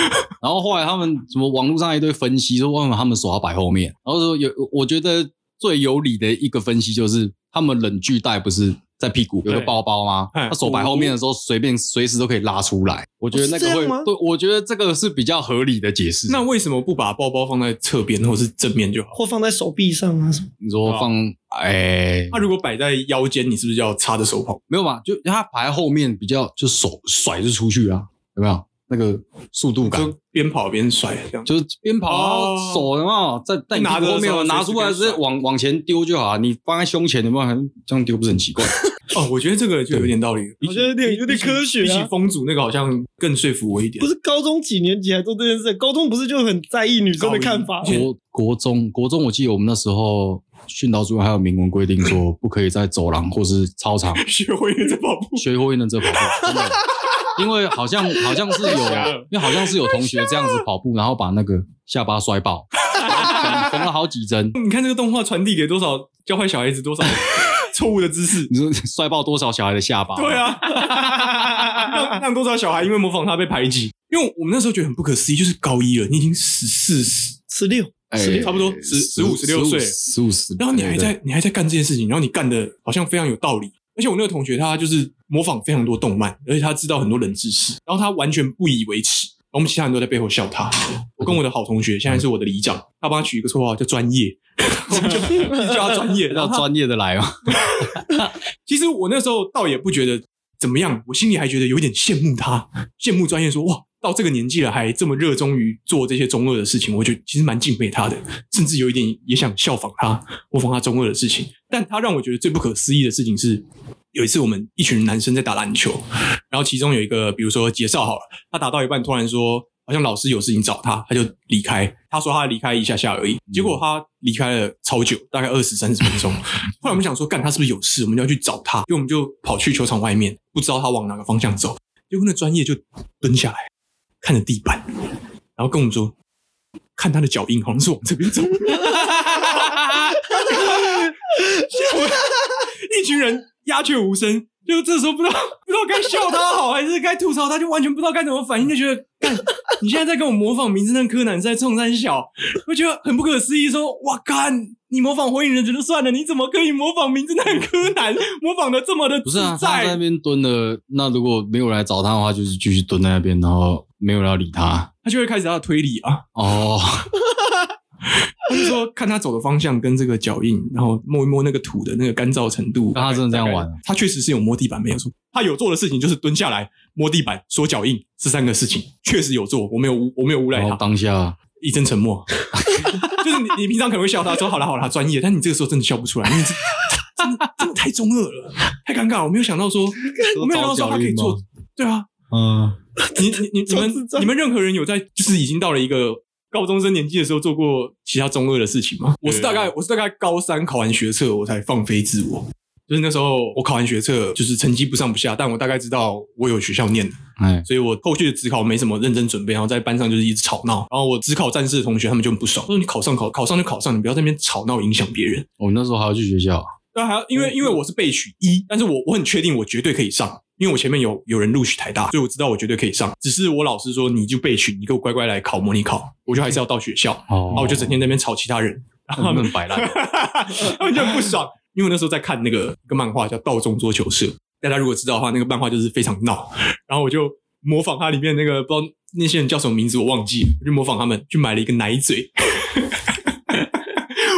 Speaker 2: 然后后来他们什么网络上一堆分析，说为什么他们手要摆后面。然后说有，我觉得最有理的一个分析就是，他们冷巨带不是在屁股有个
Speaker 4: 对
Speaker 2: 包包吗？
Speaker 1: 嗯
Speaker 2: 他手摆后面的时候，随便随时都可以拉出来。我觉得那
Speaker 3: 是
Speaker 2: 个
Speaker 1: 哦
Speaker 3: 这
Speaker 2: 会
Speaker 3: 样吗，
Speaker 2: 对，我觉得这个是比较合理的解释。
Speaker 1: 那为什么不把包包放在侧边或是正面就好？
Speaker 3: 或放在手臂上啊什么，
Speaker 2: 你说放，哎、
Speaker 1: 他如果摆在腰间，你是不是要插着手跑？
Speaker 2: 没有嘛？就他摆在后面比较，就手甩就出去啊，有没有？那个速度感，
Speaker 1: 就边跑边甩啊这样。
Speaker 2: 就是边跑
Speaker 1: 哦
Speaker 2: 然后手有没有在在你屁股后面有拿
Speaker 1: 拿着的时候
Speaker 2: 出来，
Speaker 1: 随
Speaker 2: 直
Speaker 1: 时可以
Speaker 2: 接
Speaker 1: 甩
Speaker 2: 往往前丢就好啊。你放在胸前有没有？这样丢不是很奇 怪？
Speaker 1: 哦，我觉得这个就有点道理，
Speaker 3: 我觉得有点有点科学啊
Speaker 1: 比起风阻那个好像更说服我一点
Speaker 3: 不。是高中几年级还做这件事？高中不是就很在意女生的看法
Speaker 1: 高一
Speaker 3: 吗？
Speaker 2: 国国中国中，我记得我们那时候训导主任还有明文规定说，不可以在走廊或是操场
Speaker 1: 学会了这跑步，
Speaker 2: 学会忍者跑步，真 的。因为好像好像是有
Speaker 1: 啊
Speaker 4: 瞎了，
Speaker 2: 因为好像是有同学这样子跑步，然后把那个下巴摔爆，缝缝了好几 针。
Speaker 1: 你看这个动画传递给多少教坏小孩 子多少错误的知识？
Speaker 2: 你说 摔爆多少小孩的下巴？
Speaker 1: 对啊，
Speaker 3: 啊
Speaker 1: 让让多少小孩因为模仿他被排挤？因为我们那时候觉得很不可思议，就是高一了，你已经十四十，
Speaker 3: 十六，
Speaker 2: 哎，
Speaker 1: 十差不多十十五十六岁
Speaker 2: 十五十，
Speaker 1: 然后你还
Speaker 2: 对
Speaker 1: 在你还在干这件事情，然后你干的好像非常有道理。而且我那个同学他就是模仿非常多动漫，而且他知道很多冷知识，然后他完全不以为耻。我们其他人都在背后笑他。我跟我的好同学，现在是我的里长，他帮他取一个绰号叫专业， 我们就一直叫他专 业。然
Speaker 2: 要
Speaker 1: 后他
Speaker 2: 专业的来哦。
Speaker 1: 其实我那时候倒也不觉得怎么样，我心里还觉得有点羡慕他，羡慕专业说哇，到这个年纪了还这么热衷于做这些中二的事情，我觉得其实蛮敬佩他的，甚至有一点也想效仿他，模仿他中二的事情。但他让我觉得最不可思议的事情是。有一次，我们一群男生在打篮球，然后其中有一个，比如说杰少好了，他打到一半突然说，好像老师有事情找他，他就离开。他说他离开一下下而已，结果他离开了超久，大概二十三十分钟。后来我们想说，干他是不是有事？我们就要去找他，因为我们就跑去球场外面，不知道他往哪个方向走。结果那专业就蹲下来，看着地板，然后跟我们说， 看他的脚印好像是往这边走。吓群人鸦雀无声，就这时候不知道不知道该笑他好还是该吐槽他，就完全不知道该怎么反应，就觉得干，你现在在跟我模仿《名侦探柯南》是在冲三小，我觉得很不可思议说，哇干，你模仿《火影忍者》就算了，你怎么可以模仿《名侦探柯南》，模仿的这么的
Speaker 2: 不
Speaker 1: 自
Speaker 2: 是啊，他在那
Speaker 1: 在？
Speaker 2: 边蹲了，那如果没有来找他的话，就是继续蹲在那边，然后没有人要理他。
Speaker 1: 他就会开始他的推理啊，
Speaker 2: 哦，
Speaker 1: 他就说看他走的方向跟这个脚印，然后摸一摸那个土的那个干燥程度。
Speaker 2: 那他真的这样玩
Speaker 1: 大概？他确实是有摸地板，没有错。他有做的事情就是蹲下来摸地板、锁脚印这三个事情，确实有做。我没有诬，我没有诬赖
Speaker 2: 然后
Speaker 1: 他。
Speaker 2: 当下
Speaker 1: 一阵沉默， 就是你你平常可能会笑他说好了好了，他专业，但你这个时候真的笑不出来，因为这真的真的太中二了，太尴尬了。我没有想到说，我没有想到说他可以做，对啊，
Speaker 2: 嗯，
Speaker 1: 你你你你
Speaker 3: 超
Speaker 1: 们
Speaker 3: 智障
Speaker 1: 你们任何人有在就是已经到了一个高中生年纪的时候做过其他中二的事情吗？我是大概我是大概高三考完学测我才放飞自我，就是那时候我考完学测就是成绩不上不下，但我大概知道我有学校念的，
Speaker 2: 哎，
Speaker 1: 所以我后续的职考没什么认真准备，然后在班上就是一直吵闹，然后我职考战士的同学他们就很不爽，说你考上考考上就考上，你不要在那边吵闹影响别人。
Speaker 2: 我们那时候还要去学校，
Speaker 1: 对啊，还要因为因为我是备取一，但是我我很确定我绝对可以上，因为我前面有有人录取台大，所以我知道我绝对可以上。只是我老师说你就备取，你给我乖乖来考模拟考，我就还是要到学校，
Speaker 2: 哦
Speaker 1: 然后我就整天在那边吵其他人，然后他
Speaker 2: 他
Speaker 1: 们
Speaker 2: 们摆烂，
Speaker 1: 他们就很不爽。因为我那时候在看那个一个漫画叫《道中桌球社》，大家如果知道的话，那个漫画就是非常闹。然后我就模仿它里面那个不知道那些人叫什么名字，我忘记了，我就模仿他们去买了一个奶嘴。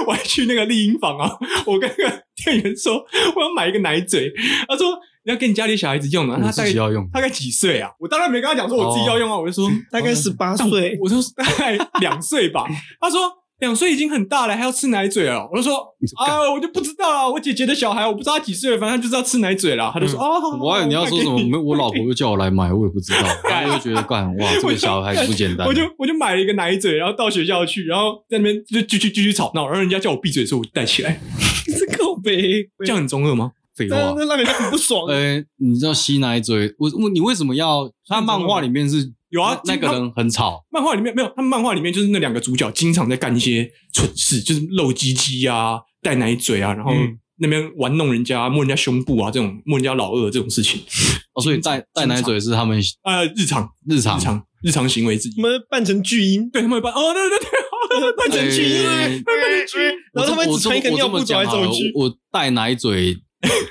Speaker 1: 我还去那个丽婴房啊，我跟那个店员说我要买一个奶嘴，他说你要给你家里小孩子用的、啊，
Speaker 2: 你
Speaker 1: 他
Speaker 2: 自
Speaker 1: 大
Speaker 2: 己
Speaker 1: 概
Speaker 2: 要用。
Speaker 1: 大概几岁啊？我当然没跟他讲说我自己要用啊，我就说
Speaker 3: 大概十八
Speaker 1: 但我
Speaker 3: 岁，
Speaker 1: 我说大概两岁吧。他说两岁已经很大了，还要吃奶嘴了。我就说啊，我就不知道了，我姐姐的小孩，我不知道他几岁了，反正他就是要吃奶嘴了。他就说、 哦，好好
Speaker 2: 嗯我还以为你要说什么？
Speaker 1: 我买给
Speaker 2: 没有我老婆又叫我来买，我也不知 道，然后我就觉得干哇，这个小孩不简单。啊
Speaker 1: 我就我就买了一个奶嘴，然后到学校去，然后在那边就继续继续吵闹，然后人家叫我闭嘴的时候，我就戴起来。
Speaker 3: 这靠背，
Speaker 1: 这样很中二吗？
Speaker 2: 废
Speaker 3: 但
Speaker 2: 话
Speaker 3: 是，那让人家很不爽。
Speaker 2: 呃，你知道吸奶嘴，我我你为什么要？他漫画里面是
Speaker 1: 有啊
Speaker 2: 那那个人很吵，
Speaker 1: 漫画里面没有，他们漫画里面就是那两个主角经常在干一些蠢事，就是露鸡鸡啊、带奶嘴啊，然后
Speaker 4: 嗯
Speaker 1: 那边玩弄人家、摸人家胸部啊，这种摸人家老二这种事情。
Speaker 2: 哦，所以带带奶嘴是他们
Speaker 1: 呃，日常
Speaker 2: 日常
Speaker 1: 日常日常行为之
Speaker 3: 我
Speaker 1: 一。
Speaker 3: 们扮成巨婴，
Speaker 1: 对他们会扮哦，对对对，
Speaker 3: 扮成巨婴，
Speaker 2: 哎
Speaker 3: 扮成巨婴，然后他们
Speaker 2: 我
Speaker 3: 只
Speaker 2: 这
Speaker 3: 穿一个
Speaker 2: 我
Speaker 3: 尿
Speaker 2: 这么
Speaker 3: 布走
Speaker 2: 讲
Speaker 3: 来
Speaker 1: 啊
Speaker 2: 好了
Speaker 3: 走去，
Speaker 2: 我我带奶嘴，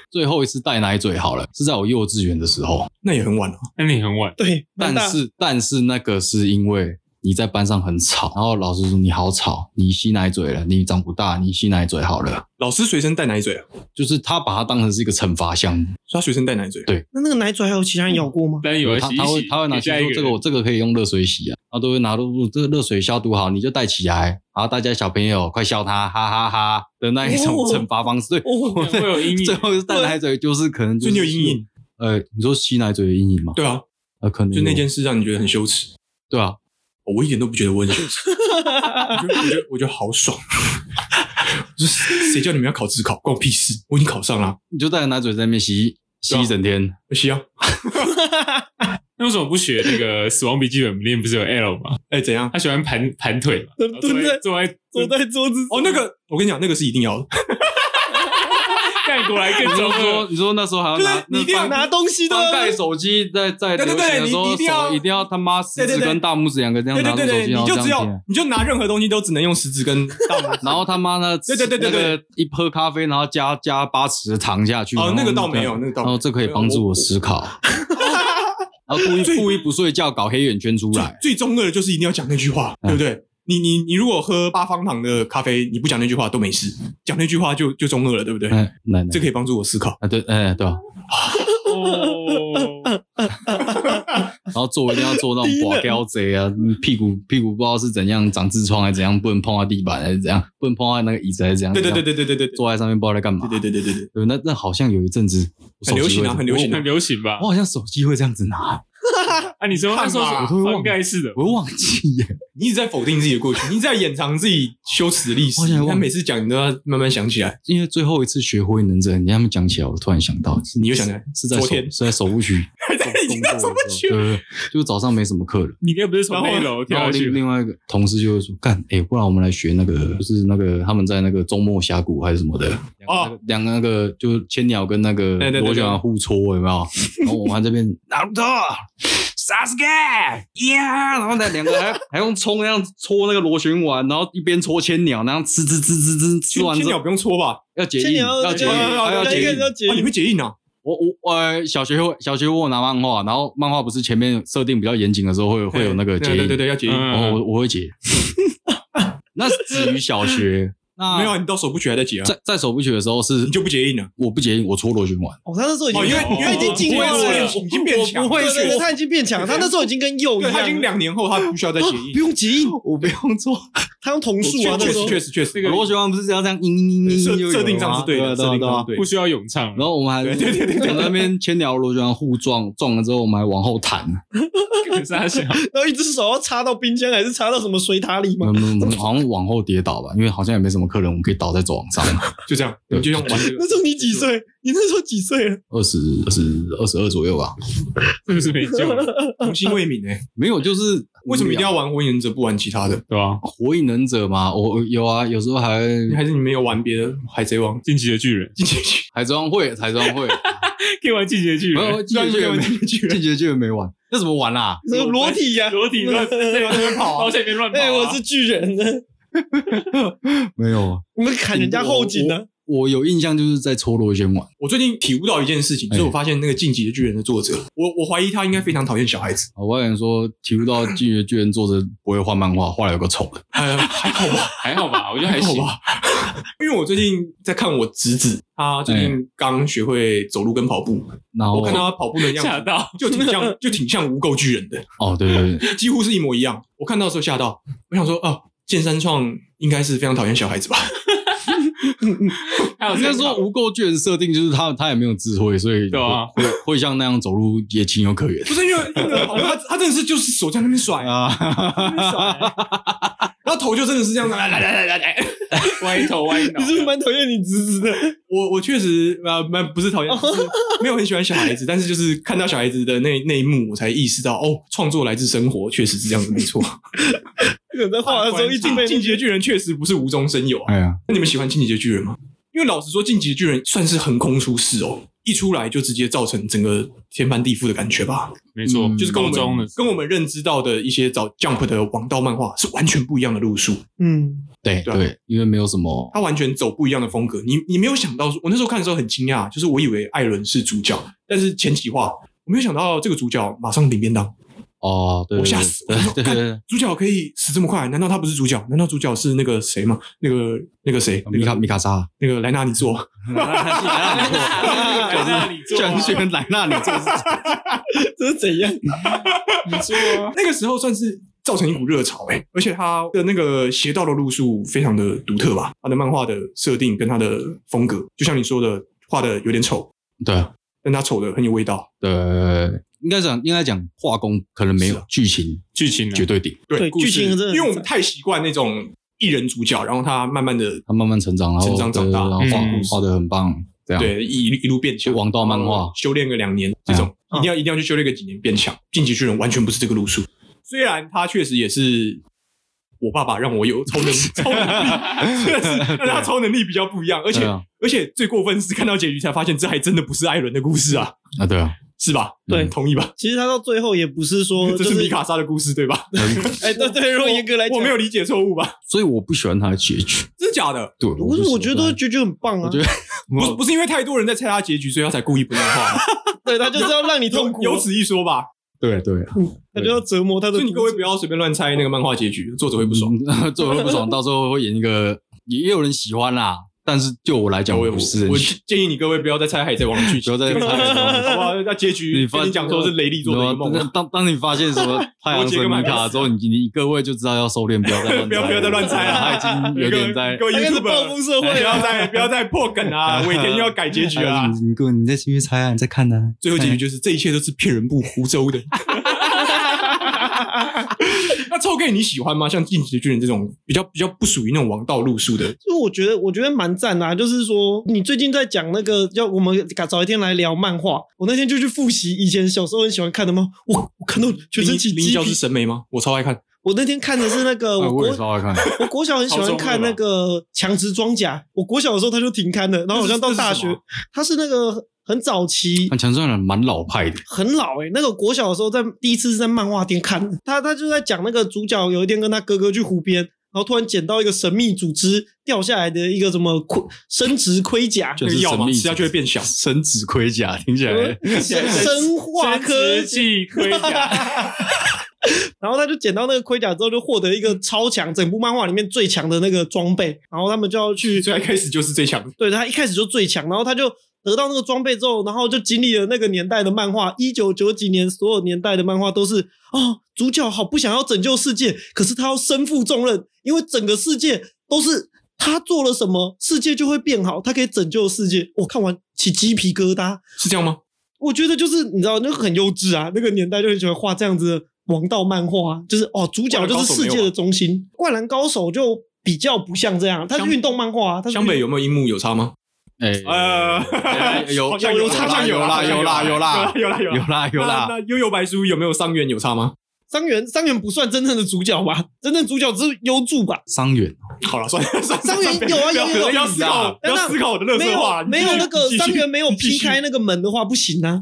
Speaker 2: 最后一次带奶嘴好了，是在我幼稚园的时候。
Speaker 1: 那也很晚啊了、
Speaker 4: 那你很晚，
Speaker 3: 对，蛮
Speaker 2: 但
Speaker 3: 大
Speaker 2: 是但是那个是因为你在班上很吵，然后老师说你好吵，你吸奶嘴了，你长不大，你吸奶嘴好了。
Speaker 1: 老师随身带奶嘴啊，
Speaker 2: 就是他把它当成是一个惩罚项目，
Speaker 1: 所以他随身带奶嘴。啊
Speaker 2: 对
Speaker 3: 那那个奶嘴还有其他人咬过吗？
Speaker 4: 但有人
Speaker 2: 他
Speaker 4: 洗一
Speaker 2: 他会
Speaker 4: 洗
Speaker 2: 他会拿
Speaker 4: 给
Speaker 2: 起
Speaker 4: 下
Speaker 2: 来
Speaker 4: 一
Speaker 2: 说
Speaker 4: 个
Speaker 2: 这个我
Speaker 4: 人，
Speaker 2: 这个可以用热水洗啊，他都会拿入这个热水消毒好，你就带起来，然后大家小朋友快笑他哈哈哈的那一种
Speaker 3: 哦
Speaker 2: 惩罚方式。对，
Speaker 3: 哦，
Speaker 4: 会有阴 影
Speaker 2: 最后是带奶嘴，就是可能就
Speaker 1: 所以
Speaker 2: 是
Speaker 1: 你有阴影？
Speaker 2: 呃，你说吸奶嘴的阴影吗？
Speaker 1: 对啊，
Speaker 2: 呃，可能
Speaker 1: 就那
Speaker 2: 有
Speaker 1: 件事让你觉得很羞耻。
Speaker 2: 对啊，
Speaker 1: 哦我一点都不觉得我很羞耻，我觉得我 觉得我觉得好爽。我说谁叫你们要考自考，关我屁事！我已经考上了，
Speaker 2: 你就带着奶嘴在那边吸吸
Speaker 1: 对啊
Speaker 2: 一整天，
Speaker 1: 不行啊！
Speaker 4: 那为什么不学那个《死亡笔记本》里面不是有 L 吗？
Speaker 1: 哎，怎样？
Speaker 4: 他喜欢盘盘腿 嘛，
Speaker 3: 蹲
Speaker 4: 然后
Speaker 3: 蹲在
Speaker 4: 坐在
Speaker 3: 坐
Speaker 4: 坐在，
Speaker 3: 在桌子
Speaker 1: 嗯哦，那个我跟你讲，那个是一定要的，
Speaker 4: 干过来 更
Speaker 2: 你
Speaker 4: 中
Speaker 2: 就
Speaker 4: 二
Speaker 2: 说，你说那时候还要
Speaker 1: 就是
Speaker 2: 拿
Speaker 1: 你一定要
Speaker 2: 那翻
Speaker 3: 拿东西都
Speaker 2: 翻
Speaker 3: 要
Speaker 2: 盖手机在在
Speaker 1: 对
Speaker 2: 流
Speaker 1: 对对
Speaker 2: 行的
Speaker 1: 你
Speaker 2: 时
Speaker 1: 你
Speaker 2: 候，
Speaker 1: 一定要
Speaker 2: 手一定要他妈食
Speaker 1: 对
Speaker 2: 指
Speaker 1: 对对
Speaker 2: 跟大拇指两个这样
Speaker 1: 对
Speaker 2: 拿
Speaker 1: 对
Speaker 2: 着
Speaker 1: 对
Speaker 2: 手
Speaker 1: 对，
Speaker 2: 机，然
Speaker 1: 你
Speaker 2: 后这
Speaker 1: 就
Speaker 2: 样
Speaker 1: 只有
Speaker 2: 舔
Speaker 1: 你就拿任何东西都只能用食指跟大拇指。
Speaker 2: 然后他妈呢，
Speaker 1: 对对对对对
Speaker 2: 那个一喝咖啡，然后加加八匙的糖下去。
Speaker 1: 哦
Speaker 2: 然后
Speaker 1: 那个倒没有那个倒
Speaker 2: 然
Speaker 1: 没有
Speaker 2: 后这可以帮助我思 考。然后故意
Speaker 1: 最
Speaker 2: 故意不睡觉，搞黑眼圈出来。
Speaker 1: 最最中二的就是一定要讲那句话，
Speaker 2: 嗯
Speaker 1: 对不对？你你你如果喝八方糖的咖啡，你不讲那句话都没事，讲那句话就就中二了，对不对？
Speaker 2: 嗯，奶奶
Speaker 1: 这可以帮助我思考。
Speaker 2: 啊，对，哎对啊。
Speaker 4: 哦，
Speaker 2: 然后做一定要做 那种
Speaker 3: 低能
Speaker 2: 刮胶贼啊，嗯屁股屁股不知道是怎样长痔疮还是怎样，不能碰到地板还是怎样，不能碰到那个椅子还是怎样。
Speaker 1: 对对对
Speaker 2: 这样
Speaker 1: 对对对对对
Speaker 2: 坐在上面不知道在干嘛。
Speaker 1: 对对对对对，
Speaker 2: 对，那那好像有一阵子我手
Speaker 1: 很流
Speaker 2: 机
Speaker 1: 行啊
Speaker 2: 会
Speaker 1: 很流行啊
Speaker 4: 很流行吧
Speaker 2: 我我？好像手机会这样子拿，
Speaker 4: 啊，你说
Speaker 1: 看
Speaker 4: 那时候
Speaker 1: 吧
Speaker 4: 是
Speaker 2: 我都会忘
Speaker 4: 翻盖式的，
Speaker 2: 我会忘记啊耶。
Speaker 1: 你一直在否定自己的过去，你一直在掩藏自己羞耻的历史
Speaker 2: 我。想
Speaker 1: 你看
Speaker 2: 忘
Speaker 1: 每次讲，你都要慢慢想起来。
Speaker 2: 因为最后一次学火影忍者，你他们讲起来，我突然想到，
Speaker 1: 你又想起来
Speaker 2: 是在
Speaker 1: 昨
Speaker 2: 首
Speaker 1: 天
Speaker 2: 是在首务区 工作的时候，对对对，就是早上没什么课了。
Speaker 4: 你应该不是从
Speaker 1: 然后
Speaker 4: 那楼
Speaker 2: 然后
Speaker 4: 跳下去
Speaker 2: 另
Speaker 4: 吧？
Speaker 2: 另外一个同事就会说：“干，哎、不然我们来学那个，就是那个他们在那个周末峡谷还是什么的，
Speaker 1: 哦
Speaker 2: 哦，两个那个就是千鸟跟那个
Speaker 1: 对对对
Speaker 2: 螺旋丸互搓，有没 有？然后我们这边哪鲁特。Sasuke，呀！然后那两个还还用葱那样搓那个螺旋丸，然后一边搓千鸟，然后吃吃吃吃吃，吃完
Speaker 1: 千
Speaker 2: 之
Speaker 1: 鸟
Speaker 2: 后
Speaker 1: 不用搓吧？哎
Speaker 2: 要解
Speaker 3: 千
Speaker 2: 印，
Speaker 3: 鸟
Speaker 2: 要解印，哎
Speaker 1: 要
Speaker 2: 要
Speaker 1: 要
Speaker 2: 解
Speaker 1: 要
Speaker 2: 印。
Speaker 3: 要解
Speaker 1: 啊，你
Speaker 3: 印
Speaker 1: 会解印啊？
Speaker 2: 我我呃，小学会小学我有拿漫画，然后漫画不是前面设定比较严谨的时候会有会有那个
Speaker 1: 哎对
Speaker 2: 解印，
Speaker 1: 对对对，要解印。
Speaker 4: 嗯
Speaker 2: 然后我我会解。 那是至于小学，那
Speaker 1: 没有，啊，你到手不取还在解啊？
Speaker 2: 在在手不取的时候是
Speaker 1: 你就不解印了？
Speaker 2: 我不解印，我搓螺旋丸。
Speaker 3: 哦，他那时候已经
Speaker 1: 哦，因为
Speaker 4: 哦
Speaker 1: 因
Speaker 3: 他
Speaker 1: 为
Speaker 3: 已经进
Speaker 1: 我
Speaker 3: 化
Speaker 1: 不会
Speaker 3: 了
Speaker 1: 我，已经变强了，
Speaker 3: 对对对
Speaker 1: 对
Speaker 3: 他已经变强，他那时候已经跟鼬一
Speaker 1: 对
Speaker 3: 样，
Speaker 1: 他已经两年后，他不需要再 解印
Speaker 3: 不。用结印，
Speaker 2: 我不用做，
Speaker 3: 他用桐树啊，那
Speaker 1: 确
Speaker 3: 时
Speaker 1: 实
Speaker 3: 候
Speaker 1: 确实确实，
Speaker 2: 螺旋丸不是要这样嘤嘤嘤嘤就有了吗
Speaker 1: 设设定上是对
Speaker 2: 对啊
Speaker 1: 的，
Speaker 2: 对
Speaker 1: 设
Speaker 2: 啊
Speaker 1: 定
Speaker 2: 对
Speaker 1: 上
Speaker 2: 啊
Speaker 1: 是。对
Speaker 4: 不
Speaker 1: 的。
Speaker 4: 需要咏唱，
Speaker 2: 然后我们还
Speaker 1: 对对对对对
Speaker 2: 我们在那边千鸟螺旋丸互撞，撞了之后我们还往后 弹，
Speaker 4: 可是他想，
Speaker 3: 然后一只手要插到冰箱，还是插到什么水塔里
Speaker 2: 我
Speaker 1: 嗯
Speaker 3: 嘛？
Speaker 2: 们我嗯们好像往后跌倒吧，因为好像也没什么客人，我们可以倒在走廊上。
Speaker 1: 就这样，你就用玩这个
Speaker 3: 那时候你几岁？你那时候几岁了？
Speaker 2: 二十二十二十二左右吧，
Speaker 4: 是不是没救了？
Speaker 1: 童心未泯 哎，
Speaker 2: 没有就是
Speaker 1: 为什么一定要
Speaker 2: 无聊
Speaker 1: 玩火影忍者不玩其他的？
Speaker 4: 对吧？
Speaker 2: 火影忍者嘛？我有啊，有时候 还
Speaker 1: 还是你没有玩别的海贼王？
Speaker 4: 进击的巨人，
Speaker 1: 进去去，
Speaker 2: 海贼王会海贼王 会，
Speaker 4: 可以玩进击的巨
Speaker 2: 没
Speaker 4: 人，
Speaker 2: 有进击的巨人
Speaker 1: 进去
Speaker 2: 进击的巨人没玩，那怎么玩啦？
Speaker 3: 那个裸体呀，
Speaker 4: 裸 体乱在那边跑，到下面乱跑啊。
Speaker 3: 哎，我是巨人，
Speaker 2: 没有啊，
Speaker 3: 我们砍人家后颈呢。
Speaker 2: 我有印象就是在搓螺旋丸，
Speaker 1: 我最近体悟到一件事情，就是我发现那个《进击的巨人》的作者，我我怀疑他应该非常讨厌小孩子。
Speaker 2: 啊我跟你说，体悟到进击的巨人作 者不会画漫画，画了有个丑的，
Speaker 1: 呃，还好吧，
Speaker 4: 还好吧，我觉得 还
Speaker 1: 还好
Speaker 4: 行。
Speaker 1: 吧，因为我最近在看我侄子，他最近刚学会走路跟跑步，
Speaker 2: 然后
Speaker 1: 我看到他跑步的样
Speaker 4: 吓
Speaker 1: 子，
Speaker 4: 到，
Speaker 1: 就挺像就挺像无垢巨人的，
Speaker 2: 哦，对对 对，
Speaker 1: 几乎是一模一样。我看到的时候吓到，我想说，哦，剑三创应该是非常讨厌小孩子吧？
Speaker 4: 还有
Speaker 2: 应该
Speaker 4: 那时
Speaker 2: 说
Speaker 4: 候
Speaker 2: 无垢巨人设定就是他他也没有智慧，所以
Speaker 4: 对啊
Speaker 2: 会会像那样走路也情有 可原
Speaker 1: 不是因为婴儿跑步，他他真的是就是手在那边甩，
Speaker 2: 啊，
Speaker 1: 在那边甩，然后头就真的是 这样，来来来来来来，
Speaker 4: 歪头歪脑
Speaker 3: 你，是不是蛮讨厌你侄子的？
Speaker 1: 我我确实呃蛮不是讨厌， 就是没有很喜欢小孩子，但是就是看到小孩子的那那一幕，我才意识到哦，创作来自生活，确实是这样子，没 错。
Speaker 3: 可能在画的时候一直被
Speaker 1: 啊进击的巨人确实不是无中生有啊。
Speaker 2: 哎呀，
Speaker 1: 那你们喜欢进击的巨人吗？因为老实说，进击的巨人算是横空出世哦，一出来就直接造成整个天翻地覆的感觉吧。
Speaker 4: 没错，
Speaker 2: 嗯
Speaker 1: 就是跟我
Speaker 4: 高中的
Speaker 1: 们，跟我们认知到的一些早 Jump 的王道漫画是完全不一样的路数，
Speaker 3: 嗯，
Speaker 2: 对
Speaker 1: 对啊
Speaker 2: 对，因为没有什么
Speaker 1: 它完全走不一样的风格。你你没有想到说，我那时候看的时候很惊讶，就是我以为艾伦是主角，但是前几话我没有想到这个主角马上领便当，
Speaker 2: 哦，对，
Speaker 1: 我
Speaker 2: 对
Speaker 1: 吓死我
Speaker 2: 对
Speaker 1: 想说
Speaker 2: 对对对，
Speaker 1: 主角可以死这么快？难道他不是主角？难道主角是那个谁吗？那个那个谁？那
Speaker 2: 哦米卡
Speaker 1: 个
Speaker 2: 米卡 莎，
Speaker 1: 那个莱纳尼做？啊
Speaker 4: 就是
Speaker 2: 就是
Speaker 4: 你做
Speaker 2: 居
Speaker 4: 啊
Speaker 2: 然选莱纳，你这是
Speaker 3: 这是怎样？
Speaker 4: 你做啊，
Speaker 1: 那个时候算是造成一股热潮哎、欸而且他的那个邪道的路数非常的独特吧，他的漫画的设定跟他的风格，就像你说的，画的有点丑，
Speaker 2: 对
Speaker 1: 但他丑的很有味道。
Speaker 2: 对，应该讲应该讲画工可能没
Speaker 1: 是
Speaker 2: 有
Speaker 1: 啊嗯
Speaker 2: 剧情
Speaker 4: 剧情呢
Speaker 2: 绝对顶，
Speaker 1: 对
Speaker 3: 对
Speaker 1: 故事
Speaker 3: 剧情真的很
Speaker 1: 因为我们太习惯那种一人主角，然后他慢慢的
Speaker 2: 他慢慢成长，然后
Speaker 1: 成长长
Speaker 2: 对
Speaker 1: 大
Speaker 2: 然后画
Speaker 4: 嗯
Speaker 2: 画的很棒，这样
Speaker 1: 对一一路变
Speaker 2: 啊
Speaker 1: 强，
Speaker 2: 就王道漫画
Speaker 1: 然后修炼个两年，这种
Speaker 3: 嗯
Speaker 1: 一定要一定要去修炼个几年变强。进击巨人完全不是这个路数，虽然他确实也是。我爸爸让我 有超能超能力， 确实，但他超能力比较不一样，而且
Speaker 2: 啊对啊
Speaker 1: 而且最过分是看到结局才发现，这还真的不是艾伦的故事啊，
Speaker 2: 啊对啊，
Speaker 1: 是吧？
Speaker 3: 对
Speaker 1: 嗯同意吧？
Speaker 3: 其实他到最后也不是说
Speaker 1: 这
Speaker 3: 就是
Speaker 1: 米
Speaker 3: 是
Speaker 1: 卡莎的故事对吧？
Speaker 3: 哎，对对，如果严格来讲，
Speaker 1: 我没有理解错误吧？
Speaker 2: 所以我不喜欢他的结局，
Speaker 1: 真的假的？
Speaker 2: 对，
Speaker 3: 我
Speaker 2: 不
Speaker 3: 是
Speaker 2: 喜
Speaker 3: 我
Speaker 2: 欢
Speaker 3: 觉得觉得很棒啊
Speaker 2: 我觉，得
Speaker 1: 不是不是因为太多人在猜他结局，所以他才故意不弄画吗，
Speaker 3: 对他就是要让你痛苦，啊
Speaker 1: 有有此一说吧？
Speaker 2: 对对，
Speaker 3: 他就要折磨他的
Speaker 1: 所
Speaker 3: 读
Speaker 1: 以
Speaker 3: 者。
Speaker 1: 你各位不要随便乱猜那个漫画结局，作者会不爽。
Speaker 2: 爽，嗯 做人不爽，到时候会演一个也也有人喜欢啦，但是就我来讲，
Speaker 1: 我
Speaker 2: 我不是
Speaker 1: 我
Speaker 2: 很
Speaker 1: 我
Speaker 2: 喜
Speaker 1: 建议你各位不要再猜《海贼王》的剧
Speaker 2: 不
Speaker 1: 情，
Speaker 2: 要再
Speaker 1: 这个
Speaker 2: 猜海贼王
Speaker 1: 好不好？那结局
Speaker 2: 发
Speaker 1: 跟你讲说是雷利做的一个
Speaker 2: 对啊
Speaker 1: 梦
Speaker 2: 当
Speaker 1: 啊，
Speaker 2: 当当你发现什么太阳神米卡的时候，你你各位就知道要收敛，不要再乱
Speaker 1: 不要不要再乱猜啊
Speaker 2: 了，
Speaker 1: 了
Speaker 2: 他已经有点在
Speaker 1: 各。位
Speaker 3: 他开始
Speaker 1: YouTube
Speaker 3: 报复社会
Speaker 2: 哎
Speaker 1: 不要
Speaker 3: 啊！
Speaker 1: 再不要再破梗 啊！尾田又要改结局了啊。
Speaker 2: 你你再继续猜啊，你再看呢。
Speaker 1: 最后结局就是这一切都是骗人不胡诌的。 那臭 gay 你喜欢吗？像《进击的巨人》这种比较比较不属于那种王道路数的，
Speaker 3: 就我觉得，我觉得蛮赞的、啊，就是说，你最近在讲那个，要我们早一天来聊漫画。我那天就去复习以前小时候很喜欢看的漫画，我我看到全身起
Speaker 1: 林
Speaker 3: 鸡
Speaker 1: 林啊
Speaker 3: 皮
Speaker 1: 教，是审美吗？我超爱看，
Speaker 3: 我那天看的是那个我
Speaker 2: 啊我也
Speaker 3: 国
Speaker 2: 超爱看，
Speaker 3: 我国小很喜欢看
Speaker 1: 哦
Speaker 3: 那个《强殖装甲》，我国小的时候它就停刊了，然后好像到大
Speaker 1: 这是
Speaker 3: 学
Speaker 1: 什么，
Speaker 3: 它是那个很早期
Speaker 2: 看。强壮人蛮老派的，
Speaker 3: 很老诶、欸那个国小的时候在第一次是在漫画店看的，他他就在讲那个主角有一天跟他哥哥去湖边，然后突然捡到一个神秘组织掉下来的一个什么盔生殖盔甲，
Speaker 2: 就是
Speaker 1: 那个药嘛
Speaker 2: 神秘
Speaker 1: 吃下去会变小
Speaker 2: 生殖盔甲听起
Speaker 3: 嗯
Speaker 2: 来
Speaker 3: 生 生化科
Speaker 4: 生殖技盔 甲，
Speaker 3: 然后他就捡到那个盔甲之后，就获得一个超强，整部漫画里面最强的那个装备。然后他们就要去，
Speaker 1: 最开始就是最强的，
Speaker 3: 对他一开始就最强，然后他就得到那个装备之后，然后就经历了那个年代的漫画，一九九几年所有年代的漫画都是哦，主角好不想要拯救世界，可是他要身负重任，因为整个世界都是他做了什么，世界就会变好，他可以拯救世界。我看完起鸡皮疙瘩，
Speaker 1: 是这样吗？
Speaker 3: 我觉得就是你知道，那个很幼稚啊，那个年代就很喜欢画这样子的王道漫画、啊，就是哦，主角就是世界的中心。灌篮高手就比较不像这样，它是
Speaker 1: 湘
Speaker 3: 运动漫画、啊，它是
Speaker 1: 湘北
Speaker 3: 运
Speaker 1: 有没有樱木有差吗？
Speaker 2: 哎
Speaker 1: 呃
Speaker 2: 哎有
Speaker 1: 好像
Speaker 3: 有
Speaker 1: 好像
Speaker 2: 有啦有啦有啦
Speaker 1: 有啦有啦有
Speaker 2: 有
Speaker 1: 啦
Speaker 2: 啦有啦
Speaker 1: 那，那悠悠白书有没有伤员有差吗？
Speaker 3: 伤员伤员不算真正的主角吧？ 真正主角只是优助 吧？
Speaker 2: 伤员
Speaker 1: 好了，算了算了，
Speaker 3: 伤员有啊
Speaker 1: 不要
Speaker 3: 有有有
Speaker 1: 不要思考，不
Speaker 3: 那
Speaker 1: 要思考我的乐
Speaker 3: 没
Speaker 1: 色
Speaker 3: 有
Speaker 1: 话，
Speaker 3: 没有那个伤员没有劈
Speaker 1: 劈
Speaker 3: 开那个门的话不行啊。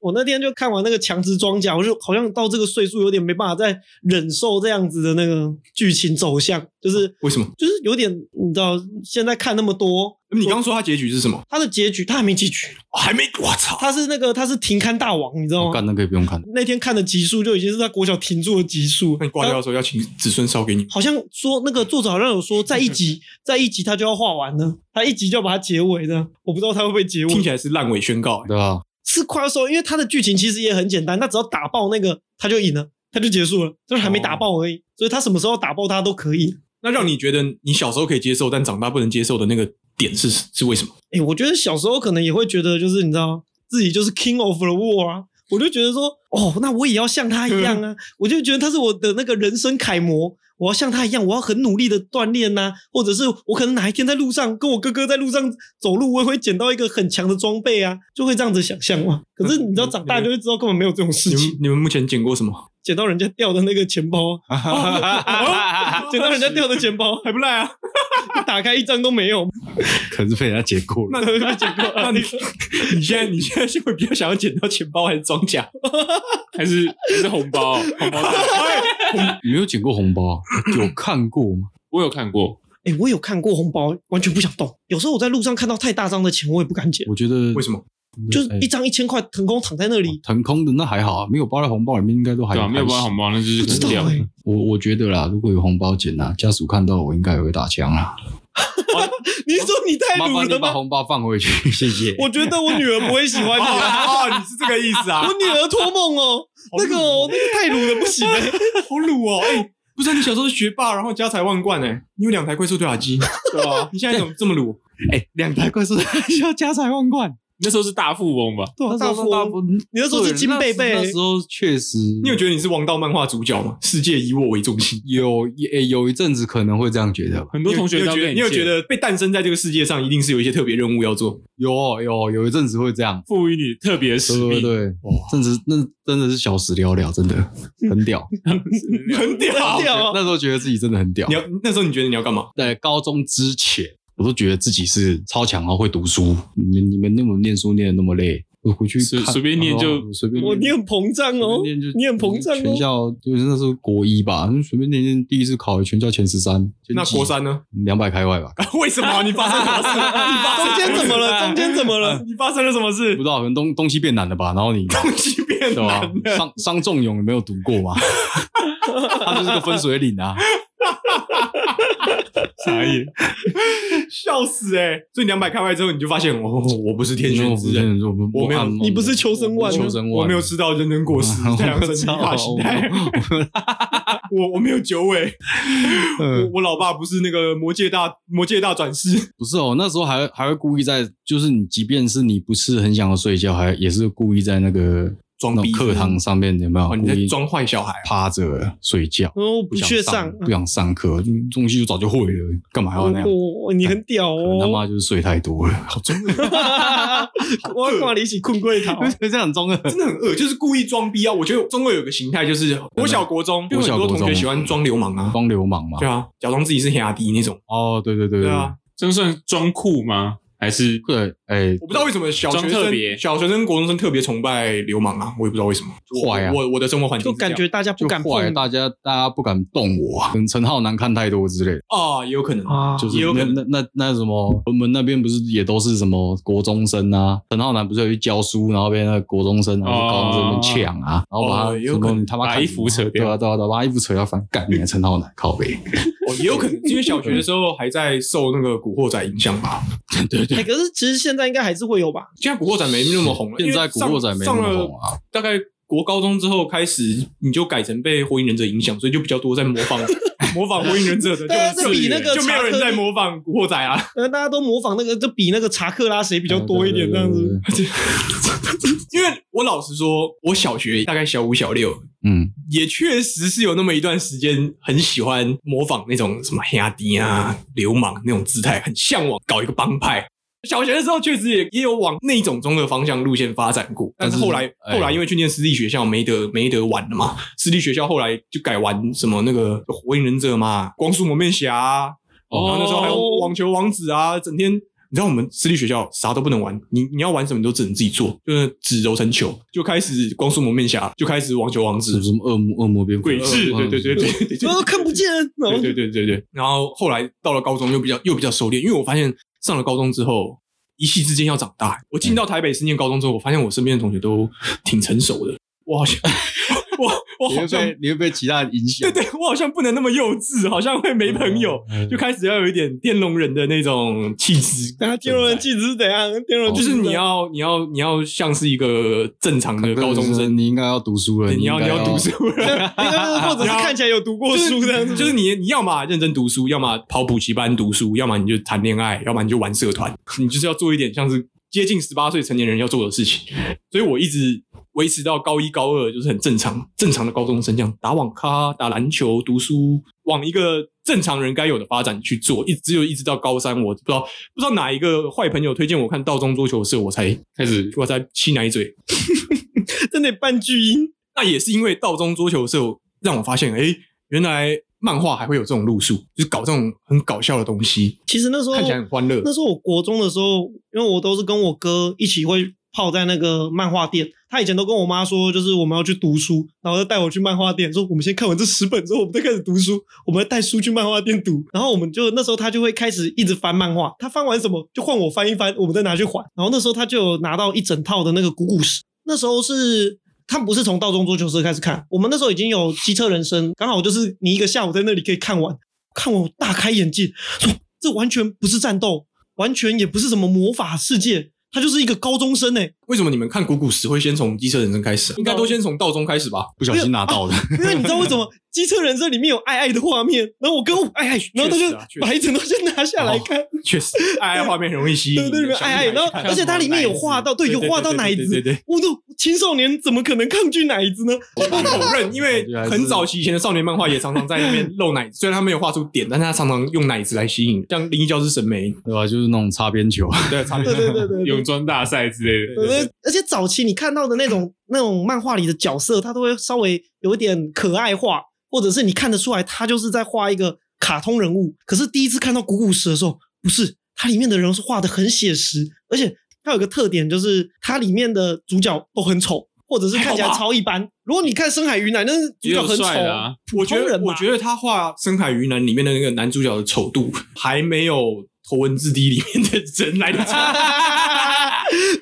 Speaker 3: 我那天就看完那个强制装甲，我就好像到这个岁数有点没办法再忍受这样子的那个剧情走向，就是
Speaker 1: 为什么？
Speaker 3: 就是有点你知道现在看那么多，
Speaker 1: 你刚刚说他结局是什么？
Speaker 3: 他的结局他还没结局，
Speaker 1: 哦还没，我操！
Speaker 3: 他是那个他是停刊大王，你知道
Speaker 2: 我
Speaker 1: 哦
Speaker 3: 吗？
Speaker 2: 干那个也不用看，
Speaker 3: 那天看的集数就已经是在国小停住的集数
Speaker 1: 那，你挂掉的时候要请子孙烧给你，
Speaker 3: 好像说那个作者好像有说，在一
Speaker 1: 嗯
Speaker 3: 集在一集他就要画完了，他一集就要把它结尾的，我不知道他会不会结
Speaker 1: 听
Speaker 3: 尾。
Speaker 1: 起来是烂尾宣告。欸
Speaker 2: 对吧？
Speaker 3: 是快要收，因为他的剧情其实也很简单，他只要打爆那个他就赢了，他就结束了，就是还没打爆而已，所以他什么时候打爆他都可以。
Speaker 1: 那让你觉得你小时候可以接受，但长大不能接受的那个点是是为什么？
Speaker 3: 哎、我觉得小时候可能也会觉得，就是你知道自己就是 king of the world 啊，我就觉得说，哦，那我也要像他一样啊，我就觉得他是我的那个人生楷模，我要像他一样，我要很努力的锻炼呐、或者是我可能哪一天在路上跟我哥哥在路上走路，我也会捡到一个很强的装备啊，就会这样子想象嘛。可是你知道长大就会知道根本没有这种事
Speaker 1: 你
Speaker 3: 情
Speaker 1: 们，你们目前捡过什 么？
Speaker 3: 捡到人家掉的那个钱包啊，哦捡到人家掉的钱包，
Speaker 1: 还不赖啊！
Speaker 3: 打 开一张都没有，
Speaker 2: 可能是被人家解过了
Speaker 1: 那。你捡过？那你你现在你现在是会比较想要捡到钱包还是装甲？
Speaker 4: 还是还是红包？红包袋，
Speaker 2: 你没有捡过红包啊？有看过吗？
Speaker 4: 我有看过，
Speaker 3: 哎、我有看过红包，完全不想动。有时候我在路上看到太大张的钱，我也不敢
Speaker 1: 嗯
Speaker 3: 捡，
Speaker 2: 我觉得
Speaker 1: 为什么？
Speaker 3: 就是
Speaker 2: 哎
Speaker 3: 一张一千块腾空躺在那里，
Speaker 2: 腾空的那还好啊，没有包在红包里面，应该都还
Speaker 4: 对吧？啊没有包
Speaker 2: 还行
Speaker 4: 红包，那就是
Speaker 3: 不知道
Speaker 4: 掉
Speaker 3: 哎、。
Speaker 2: 我我觉得啦，如果有红包捡啊，家属看到我应该也会打枪啦。
Speaker 3: 你说你太
Speaker 2: 麻
Speaker 3: 鲁
Speaker 2: 烦你
Speaker 3: 了
Speaker 2: 把
Speaker 3: 吧？
Speaker 2: 红包放回去，谢谢。
Speaker 3: 哎我觉得我女儿不会喜欢你啊，
Speaker 1: 哦，你是这个意思 啊
Speaker 3: 我女儿托梦哦，那个哦，那个太鲁了不 行、哎
Speaker 1: 好鲁哦！哎，不是啊你小时候是学霸，然后家财万贯哎，你有两台快速对打机， 对啊吧？你现在怎么这么鲁？
Speaker 2: 哎，两台快速需要家财万贯。
Speaker 4: 那时候是大富翁吧？
Speaker 3: 对啊，大富翁，你那时候是金贝贝
Speaker 2: 对那时候确实
Speaker 1: 你有觉得你是王道漫画主角吗？世界以我为中心。
Speaker 2: 有诶有一阵子可能会这样觉得，
Speaker 4: 很多同学
Speaker 1: 你
Speaker 4: 都
Speaker 1: 有觉得
Speaker 4: 跟
Speaker 1: 你有
Speaker 4: 借
Speaker 1: 觉得被诞生在这个世界上，一定是有一些特别任务要做。
Speaker 2: 有哦有有一阵子会这样。
Speaker 4: 赋予你特别使
Speaker 2: 对对
Speaker 4: 命，
Speaker 2: 对，甚至那真的是小时了了，真的
Speaker 3: 嗯
Speaker 2: 很 屌。
Speaker 1: 很屌
Speaker 3: 很屌啊
Speaker 2: 那时候觉得自己真的很屌
Speaker 1: 你。要那时候你觉得你要干嘛？
Speaker 2: 在高中之前，我都觉得自己是超强啊，会读书。你们你们那么念书念的那么累，我回去
Speaker 4: 随
Speaker 2: 看
Speaker 4: 随便念就
Speaker 2: 啊随便
Speaker 3: 我你很膨胀哦
Speaker 2: 随便念就，
Speaker 3: 你很膨胀
Speaker 2: 全
Speaker 3: 哦。
Speaker 2: 校就是那时候国一吧，嗯随便念念，第一次考全校前十三，
Speaker 1: 那国三呢？
Speaker 2: 两百开外吧，
Speaker 1: 为什么？你发生什么事？你发生
Speaker 3: 中间怎么了？中间怎 么了？
Speaker 1: 你发生了什么事
Speaker 2: 不？知道可能东东西变难了吧？然后你
Speaker 1: 东西变
Speaker 2: 对吧
Speaker 1: 难了。？
Speaker 2: 商商仲永有没有读过嘛？他就是个分水岭啊，
Speaker 4: 傻眼。
Speaker 1: 笑死哎、欸！所以两百开外之后，你就发现我、哦、我不是天选之人，，
Speaker 2: 我
Speaker 1: 我没有
Speaker 2: 按摩
Speaker 3: 你不是求生
Speaker 2: 我
Speaker 3: 万
Speaker 2: 不是求生万，
Speaker 1: 我没有吃到人 参果实、太阳神
Speaker 2: 我
Speaker 1: 大法形 态，我我没有九尾，我
Speaker 2: 嗯，
Speaker 1: 我老爸不是那个魔界大魔界大转世，
Speaker 2: 不是哦，那时候还还会故意在，就是你即便是你不是很想要睡觉，还也是故意在那个。
Speaker 1: 装
Speaker 2: 那
Speaker 1: 逼
Speaker 2: 种课堂上面有没有
Speaker 1: 哦你在
Speaker 2: 故意
Speaker 1: 装坏小孩啊
Speaker 2: 趴着睡觉，
Speaker 3: 哦，不
Speaker 2: 想
Speaker 3: 屑
Speaker 2: 上
Speaker 3: 上，
Speaker 2: 不想上课，东西就早就会了，干嘛还要那样？
Speaker 3: 哦，你很屌
Speaker 2: 可能他
Speaker 3: 哦！
Speaker 2: 妈就是睡太多了，好中二，
Speaker 3: 我要挂你一起困柜桃，
Speaker 1: 哦
Speaker 2: 这样很中 二。
Speaker 1: 真的很恶，就是故意装逼啊！我觉得中国有个形态，就是国小国中，因为
Speaker 2: 国
Speaker 1: 很
Speaker 2: 小
Speaker 1: 多同
Speaker 2: 国
Speaker 1: 学
Speaker 2: 中
Speaker 1: 喜欢装流氓啊，
Speaker 2: 装流氓嘛
Speaker 1: 对？啊，假装自己是黑阿迪那种，
Speaker 2: 哦，对对对
Speaker 1: 对
Speaker 2: 对
Speaker 1: 啊。
Speaker 4: 真算装酷吗？还是
Speaker 2: 对，哎
Speaker 1: 我，不知道为什么小学
Speaker 4: 装特别
Speaker 1: 生、小学生、国中生特别崇拜流氓啊，我也不知道为什么。
Speaker 2: 坏啊
Speaker 1: 我我我的生活环境
Speaker 3: 就是
Speaker 1: 这样
Speaker 3: 感觉大家不
Speaker 2: 就
Speaker 3: 敢
Speaker 2: 坏了，
Speaker 3: 碰
Speaker 2: 大家大家不敢动我啊，可能陈浩南看太多之类的。
Speaker 1: 啊，也有可能
Speaker 3: 啊，
Speaker 2: 就是
Speaker 1: 也有可
Speaker 2: 那
Speaker 1: 能
Speaker 2: 那那那什么，我们那边不是也都是什么国中生啊？陈浩南不是有去教书，然后被那个国中生啊、
Speaker 4: 哦
Speaker 2: 高中生抢啊，然后把他、
Speaker 1: 哦也有可能
Speaker 2: 什么你他妈
Speaker 4: 把
Speaker 2: 看
Speaker 4: 衣服扯掉
Speaker 2: 对啊对啊对啊，把他衣服扯掉，反正干你啊陈浩南靠背，
Speaker 1: 哦，也有可能，因为小学的时候还在受那个《古惑仔》影响吧。
Speaker 2: 对对。
Speaker 3: 哎，可是其实现在应该还是会有吧？
Speaker 1: 现在《古惑仔》没那么红了，
Speaker 2: 现在古惑仔
Speaker 1: 因
Speaker 2: 没
Speaker 1: 为
Speaker 2: 那
Speaker 1: 上
Speaker 2: 么红
Speaker 1: 上了
Speaker 2: 啊，
Speaker 1: 大概国高中之后开始，你就改成被《火影忍者》影响，所以就比较多在模 仿模仿《火影忍者》的，
Speaker 3: 对啊
Speaker 1: 就
Speaker 3: 这比那个
Speaker 1: 就没有人
Speaker 3: 查克
Speaker 1: 在
Speaker 3: 力
Speaker 1: 模仿《古惑仔》啊。
Speaker 3: 呃，大家都模仿那个，就比那个查克拉谁比较多一点这样
Speaker 2: 对。对对
Speaker 3: 子
Speaker 2: 对。
Speaker 1: 因为我老实说，我小学大概小五、小六，
Speaker 2: 嗯，
Speaker 1: 也确实是有那么一段时间很喜欢模仿那种什么黑阿迪啊、流氓那种姿态，很向往搞一个帮派。小学的时候确实也也有往那种中的方向路线发展过，但是
Speaker 2: 但是
Speaker 1: 后来
Speaker 2: 哎
Speaker 1: 后来因为去念私立学校没得没得玩了嘛，私立学校后来就改玩什么那个火影忍者嘛、光速蒙面侠、啊，然后那时候还有网球王子啊，整天。你知道我们私立学校啥都不能玩，你你要玩什么你都只能自己做，就是纸揉成球，就开始光速蒙面侠，就开始网球王子
Speaker 2: 是，什么恶魔恶魔蝙蝠
Speaker 1: 鬼智，
Speaker 2: 嗯
Speaker 1: 对对对对对对
Speaker 3: 我都看不见，然后
Speaker 1: 对对对对对。然后后来到了高中又比较又比较收敛，因为我发现上了高中之后，一夕之间要长大。我进
Speaker 2: 嗯
Speaker 1: 到台北市念高中之后，我发现我身边的同学都挺成熟的，我 好像我我
Speaker 2: 你
Speaker 1: 好
Speaker 2: 会
Speaker 1: 像
Speaker 2: 被你会被其他人影响
Speaker 1: 对，对，我好像不能那么幼稚，好像会没朋友，
Speaker 2: 嗯
Speaker 1: 就开始要有一点天龙人的那种气质。
Speaker 3: 大家天龙人气质是怎样？天龙人
Speaker 1: 就
Speaker 3: 气质
Speaker 1: 是
Speaker 3: 怎样
Speaker 1: 你要，你要，你要像是一个正常的高中生，
Speaker 2: 你应该要读书了，
Speaker 1: 对你
Speaker 2: 应
Speaker 1: 要，
Speaker 2: 该
Speaker 1: 你要读书 了，
Speaker 3: 应该或者是看起来有读过
Speaker 1: 就是
Speaker 3: 书这样子，
Speaker 1: 就是你你要么认真读书，要么跑补习班读书，要么你就谈恋爱，要么你就玩社团， 你就是要做一点像是接近十八岁成年人要做的事情。所以我一直维持到高一高二，就是很正常正常的高中生这样打网咖、打篮球、读书，往一个正常人该有的发展去做。一直只有一直到高三，我不知道不知道哪一个坏朋友推荐我看道中桌球社，我才
Speaker 4: 开始
Speaker 1: 我才吸奶嘴。
Speaker 3: 真的半巨婴。
Speaker 1: 那也是因为道中桌球社让我发现，哎、原来漫画还会有这种路数，就是搞这种很搞笑的东西，
Speaker 3: 其实那时候
Speaker 1: 看起来很欢乐。
Speaker 3: 那时候我国中的时候，因为我都是跟我哥一起会泡在那个漫画店。他以前都跟我妈说，就是我们要去读书，然后就带我去漫画店，说我们先看完这十本之后，我们再开始读书，我们要带书去漫画店读。然后我们就那时候他就会开始一直翻漫画，他翻完什么就换我翻一翻，我们再拿去还。然后那时候他就有拿到一整套的那个古古史，那时候是。他不是从道中桌球社开始看，我们那时候已经有机车人生，刚好就是你一个下午在那里可以看完，看完我大开眼界，说这完全不是战斗，完全也不是什么魔法世界，他就是一个高中生哎、
Speaker 1: 为什么你们看古古时会先从机车人生开始啊、应该都先从道中开始吧？
Speaker 2: 不小心拿到的，
Speaker 1: 啊
Speaker 3: 因为你知道 为什么机车人生里面有爱爱的画面，然后我跟我爱爱，然后他
Speaker 1: 确
Speaker 3: 就
Speaker 1: 实啊哦确实
Speaker 3: 把一整套先拿下来看，
Speaker 1: 确实，爱爱画面很容易吸引
Speaker 3: 对
Speaker 1: 你，
Speaker 3: 对对，爱爱， 然后而且它里面有画到，对，有画到奶
Speaker 1: 对
Speaker 3: 子，
Speaker 1: 对。
Speaker 3: 我都青少年怎么可能抗拒奶子呢？
Speaker 1: 哦我不否认，因为很早期以前的少年漫画也常常在那边露奶子，虽然他没有画出点，但是他常常用奶子来吸引，像《灵异教师》审美
Speaker 2: 对吧？就是那种擦边球，
Speaker 1: 对差别
Speaker 3: 对对对对对
Speaker 4: 泳装大赛之类的，
Speaker 1: 对对
Speaker 3: 对，而且早期你看到的那种 那种漫画里的角色，他都会稍微有一点可爱化，或者是你看得出来他就是在画一个卡通人物。可是第一次看到古古史的时候，不是它里面的人是画的很写实，而且它有个特点就是它里面的主角都很丑，或者是看起 来
Speaker 1: 还好吧
Speaker 3: 超一般。如果你看深海鱼奶，那主角很丑
Speaker 4: 也有帅的啊，
Speaker 1: 我觉
Speaker 3: 普通
Speaker 1: 得
Speaker 3: 人，吧
Speaker 1: 我觉得他画《深海鱼男》里面的那个男主角的 丑度，还没有《头文字 D》里面的人来 的丑。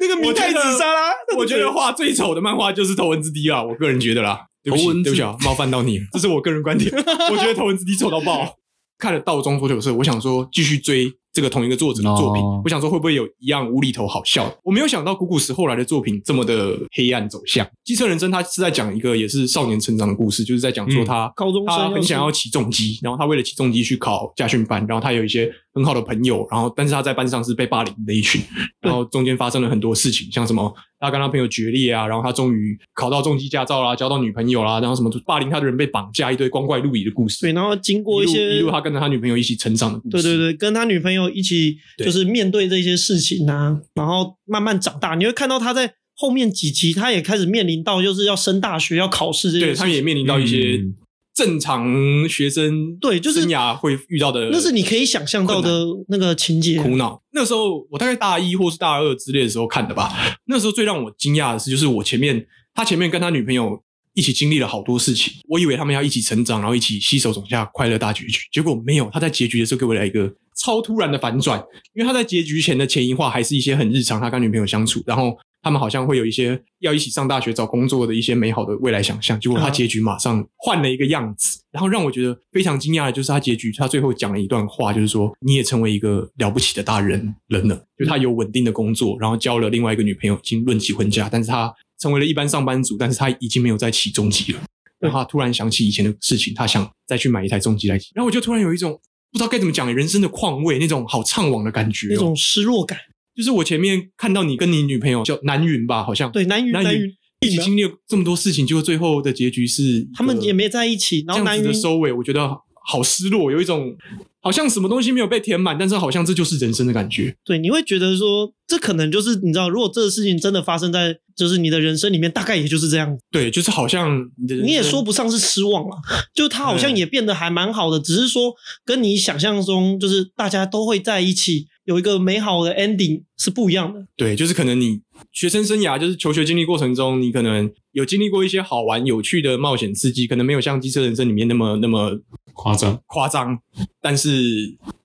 Speaker 3: 那个明太子沙拉，
Speaker 1: 我觉得画最丑的漫画就是《头文字 D》啊，我个人觉得啦。对不起
Speaker 2: 头文字
Speaker 1: 对不起啊，冒犯到你了，这是我个 人观点。我觉得《头文字 D》丑到爆。看了《道中脱球社》，我想说继续追这个同一个作者的作品
Speaker 2: 哦
Speaker 1: 我想说会不会有一样无厘头好笑的？我没有想到古古时后来的作品这么的黑暗走向。《机车人生》他是在讲一个也是少年成长的故事，就是在讲说
Speaker 4: 嗯
Speaker 1: 他
Speaker 3: 高中生
Speaker 1: 他很
Speaker 3: 是
Speaker 1: 想要起重机，然后他为了起重机去考驾训班，然后他有一些很好的朋友，然后但是他在班上是被霸凌的一群，然后中间发生了很多事情，像什么他跟他朋友决裂啊，然后他终于考到重机驾照啦，交到女朋友啦，然后什么就霸凌他的人被绑架，一堆光怪陆离的故事。
Speaker 3: 对，然后经过
Speaker 1: 一
Speaker 3: 一
Speaker 1: 路
Speaker 3: 些
Speaker 1: 一路他跟着他女朋友一起成长的故
Speaker 3: 对
Speaker 1: 事。
Speaker 3: 对对，跟他女朋友一起
Speaker 1: 对
Speaker 3: 就是面对这些事情啊，然后慢慢长大，你会看到他在后面几集，他也开始面临到就是要升大学、要考试这些
Speaker 1: 对，
Speaker 3: 事
Speaker 1: 他
Speaker 3: 情。
Speaker 1: 们也面临到一些
Speaker 2: 嗯
Speaker 1: 正常学生
Speaker 3: 对就是
Speaker 1: 生涯会遇到的，
Speaker 3: 那是你可以想象到的那个情节。
Speaker 1: 苦恼。那时候我大概大一或是大二之类的时候看的吧。那时候最让我惊讶的是，就是我前面他前面跟他女朋友一起经历了好多事情，我以为他们要一起成长，然后一起携手走下快乐大结局，结果没有。他在结局的时候给我来一个超突然的反转，因为他在结局前的前一话还是一些很日常，他跟女朋友相处，然后。他们好像会有一些要一起上大学、找工作的一些美好的未来想象，结果他
Speaker 3: 嗯
Speaker 1: 结局马上换了一个样子，然后让我觉得非常惊讶的就是他结局，他最后讲了一段话，就是说你也成为一个了不起的大人人了，就他有稳定的工作，然后交了另外一个女朋友，已经论及婚嫁，但是他成为了一般上班族，但是他已经没有在骑中级了。然后他突然想起以前的事情，他想再去买一台中级来骑，然后我就突然有一种不知道该怎么讲欸人生的况味，那种好怅惘的感觉、哦，
Speaker 3: 那种失落感，
Speaker 1: 就是我前面看到你跟你女朋友叫南云吧，好像
Speaker 3: 对，南云
Speaker 1: 南
Speaker 3: 南
Speaker 1: 云
Speaker 3: 云，
Speaker 1: 一起经历了这么多事情，结果最后的结局是
Speaker 3: 他们也没在一起，然
Speaker 1: 这
Speaker 3: 后
Speaker 1: 样
Speaker 3: 南
Speaker 1: 子的
Speaker 3: 云
Speaker 1: 收尾，我觉得好失落，有一种好像什么东西没有被填满，但是好像这就是人生的感觉。
Speaker 3: 对，你会觉得说，这可能就是你知道，如果这个事情真的发生在就是你的人生里面，大概也就是这样。
Speaker 1: 对，就是好像你的人生
Speaker 3: 你也说不上是失望了， 就他好
Speaker 1: 嗯
Speaker 3: 像也变得还蛮好的，只是说跟你想象中就是大家都会在一起，有一个美好的 ending 是不一样的。
Speaker 1: 对，就是可能你学生生涯，就是求学经历过程中，你可能有经历过一些好玩、有趣的冒险刺激，可能没有像《机车人生》里面那么那么
Speaker 4: 夸张。
Speaker 1: 夸张，但是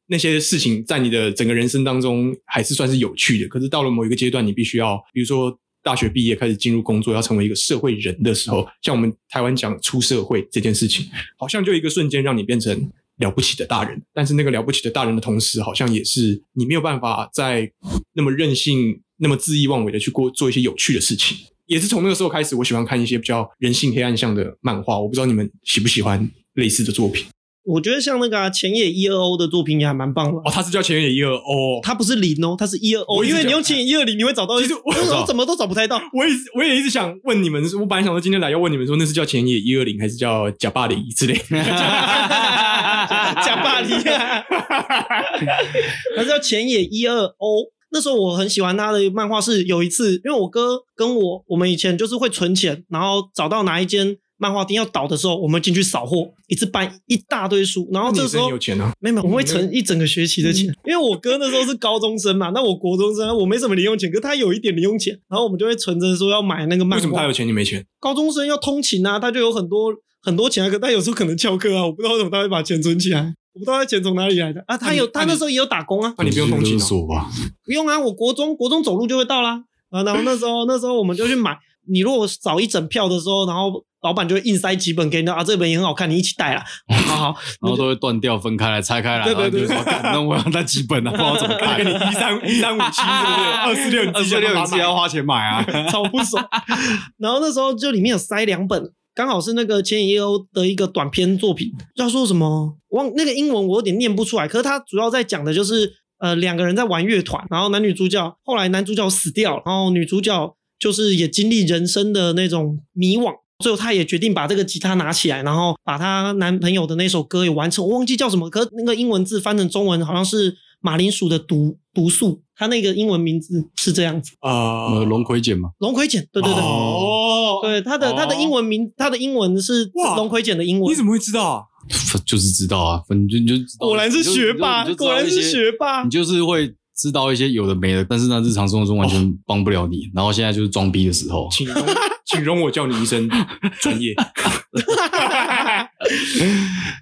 Speaker 1: 那些事情在你的整个人生当中还是算是有趣的。可是到了某一个阶段，你必须要，比如说大学毕业开始进入工作，要成为一个社会人的时候，像我们台湾讲出社会这件事情，好像就一个瞬间让你变成。了不起的大人，但是那个了不起的大人的同时，好像也是你没有办法再那么任性、那么恣意妄为的去过做一些有趣的事情。也是从那个时候开始，我喜欢看一些比较人性黑暗向的漫画。我不知道你们喜不喜欢类似的作品。
Speaker 3: 我觉得像那个、啊、前野一二 O 的作品也还蛮棒的
Speaker 1: 哦，，他是叫前野一二哦。
Speaker 3: 它不是零哦，它是一二 O，
Speaker 1: 我一直
Speaker 3: 因为你
Speaker 1: 想
Speaker 3: 用前野一二零，你会找到，
Speaker 1: 其实我
Speaker 3: 为什么怎么都找不太到。
Speaker 1: 我一直我也一直想问你们，我本来想说今天来要问你们说，那是叫前野一二零还是叫假巴黎之类的？
Speaker 3: 假巴 黎、啊，他叫前野一二 O。那时候我很喜欢他的漫画，是有一次，因为我哥跟我，我们以前就是会存钱，然后找到哪一间漫画店要倒的时候，我们进去扫货，一次搬一大堆书，然后这
Speaker 1: 女
Speaker 3: 时
Speaker 1: 生
Speaker 3: 候
Speaker 1: 有钱啊，嗯
Speaker 3: 没有，没有，我会存一整个学期的钱，因为我哥那时候是高中生嘛，那我国中生，我没什么零用钱，可他有一点零用钱，然后我们就会存着说要买那个漫
Speaker 1: 为什么
Speaker 3: 画
Speaker 1: 他。有钱你没钱？
Speaker 3: 高中生要通勤啊，他就有很多很多钱啊，可他有时候可能翘课啊，我不知道为什么他会把钱存起来， 我不知道他钱从哪里来的啊。他有
Speaker 1: 那
Speaker 3: 他
Speaker 1: 你
Speaker 3: 那时候也有打工啊，
Speaker 1: 那你不用通勤
Speaker 2: 勒
Speaker 1: 哦。
Speaker 2: 索吧？
Speaker 3: 不用啊，我国中国中走路就会到啦。啊，然后那时候那时候我们就去买，你如果扫一整票的时候，然后老板就会硬塞几本给你啊，这本也很好看，你一起带啦。 好好，
Speaker 2: 然后都会断掉、分开来、拆开来，
Speaker 3: 对
Speaker 2: 然后
Speaker 3: 对
Speaker 2: 就
Speaker 3: 对
Speaker 2: 说：“干那我要那几本啊，不知道怎么 看。
Speaker 1: 跟你一三 一三五七是不是？二四六
Speaker 2: 二十六你自己要花钱买 啊。
Speaker 3: 超不爽。 然后那时候就里面有塞两本，刚好是那个千野一欧的一个短篇作品，叫说什么？忘那个英文我有点念不出来，可是他主要在讲的就是呃两个人在玩乐团，然后男女主角后来男主角死掉了，然后女主角就是也经历人生的那种迷惘。最后，她也决定把这个吉他拿起来，然后把她男朋友的那首歌也完成。我忘记叫什么，可是那个英文字翻成中文好像是马铃薯的毒毒素，它那个英文名字是这样子。
Speaker 1: 呃
Speaker 2: 呃，龙葵碱嘛，
Speaker 3: 龙葵碱，对对对，
Speaker 1: 哦，
Speaker 3: 对，他的、他的英文名，他的英文是
Speaker 1: 哇
Speaker 3: 龙葵碱的英文。
Speaker 1: 你怎么会知道啊？
Speaker 2: 就是知道啊，反正就就知道
Speaker 3: 果然是学霸，
Speaker 2: 你就
Speaker 3: 果然是，学霸
Speaker 2: 你。就知道一些你就是嗯会知道一些有的没的，但是那日常生活中完全帮不了
Speaker 1: 哦
Speaker 2: 你。然后现在就是装逼的时候，
Speaker 1: 请容请容我叫你一声专业。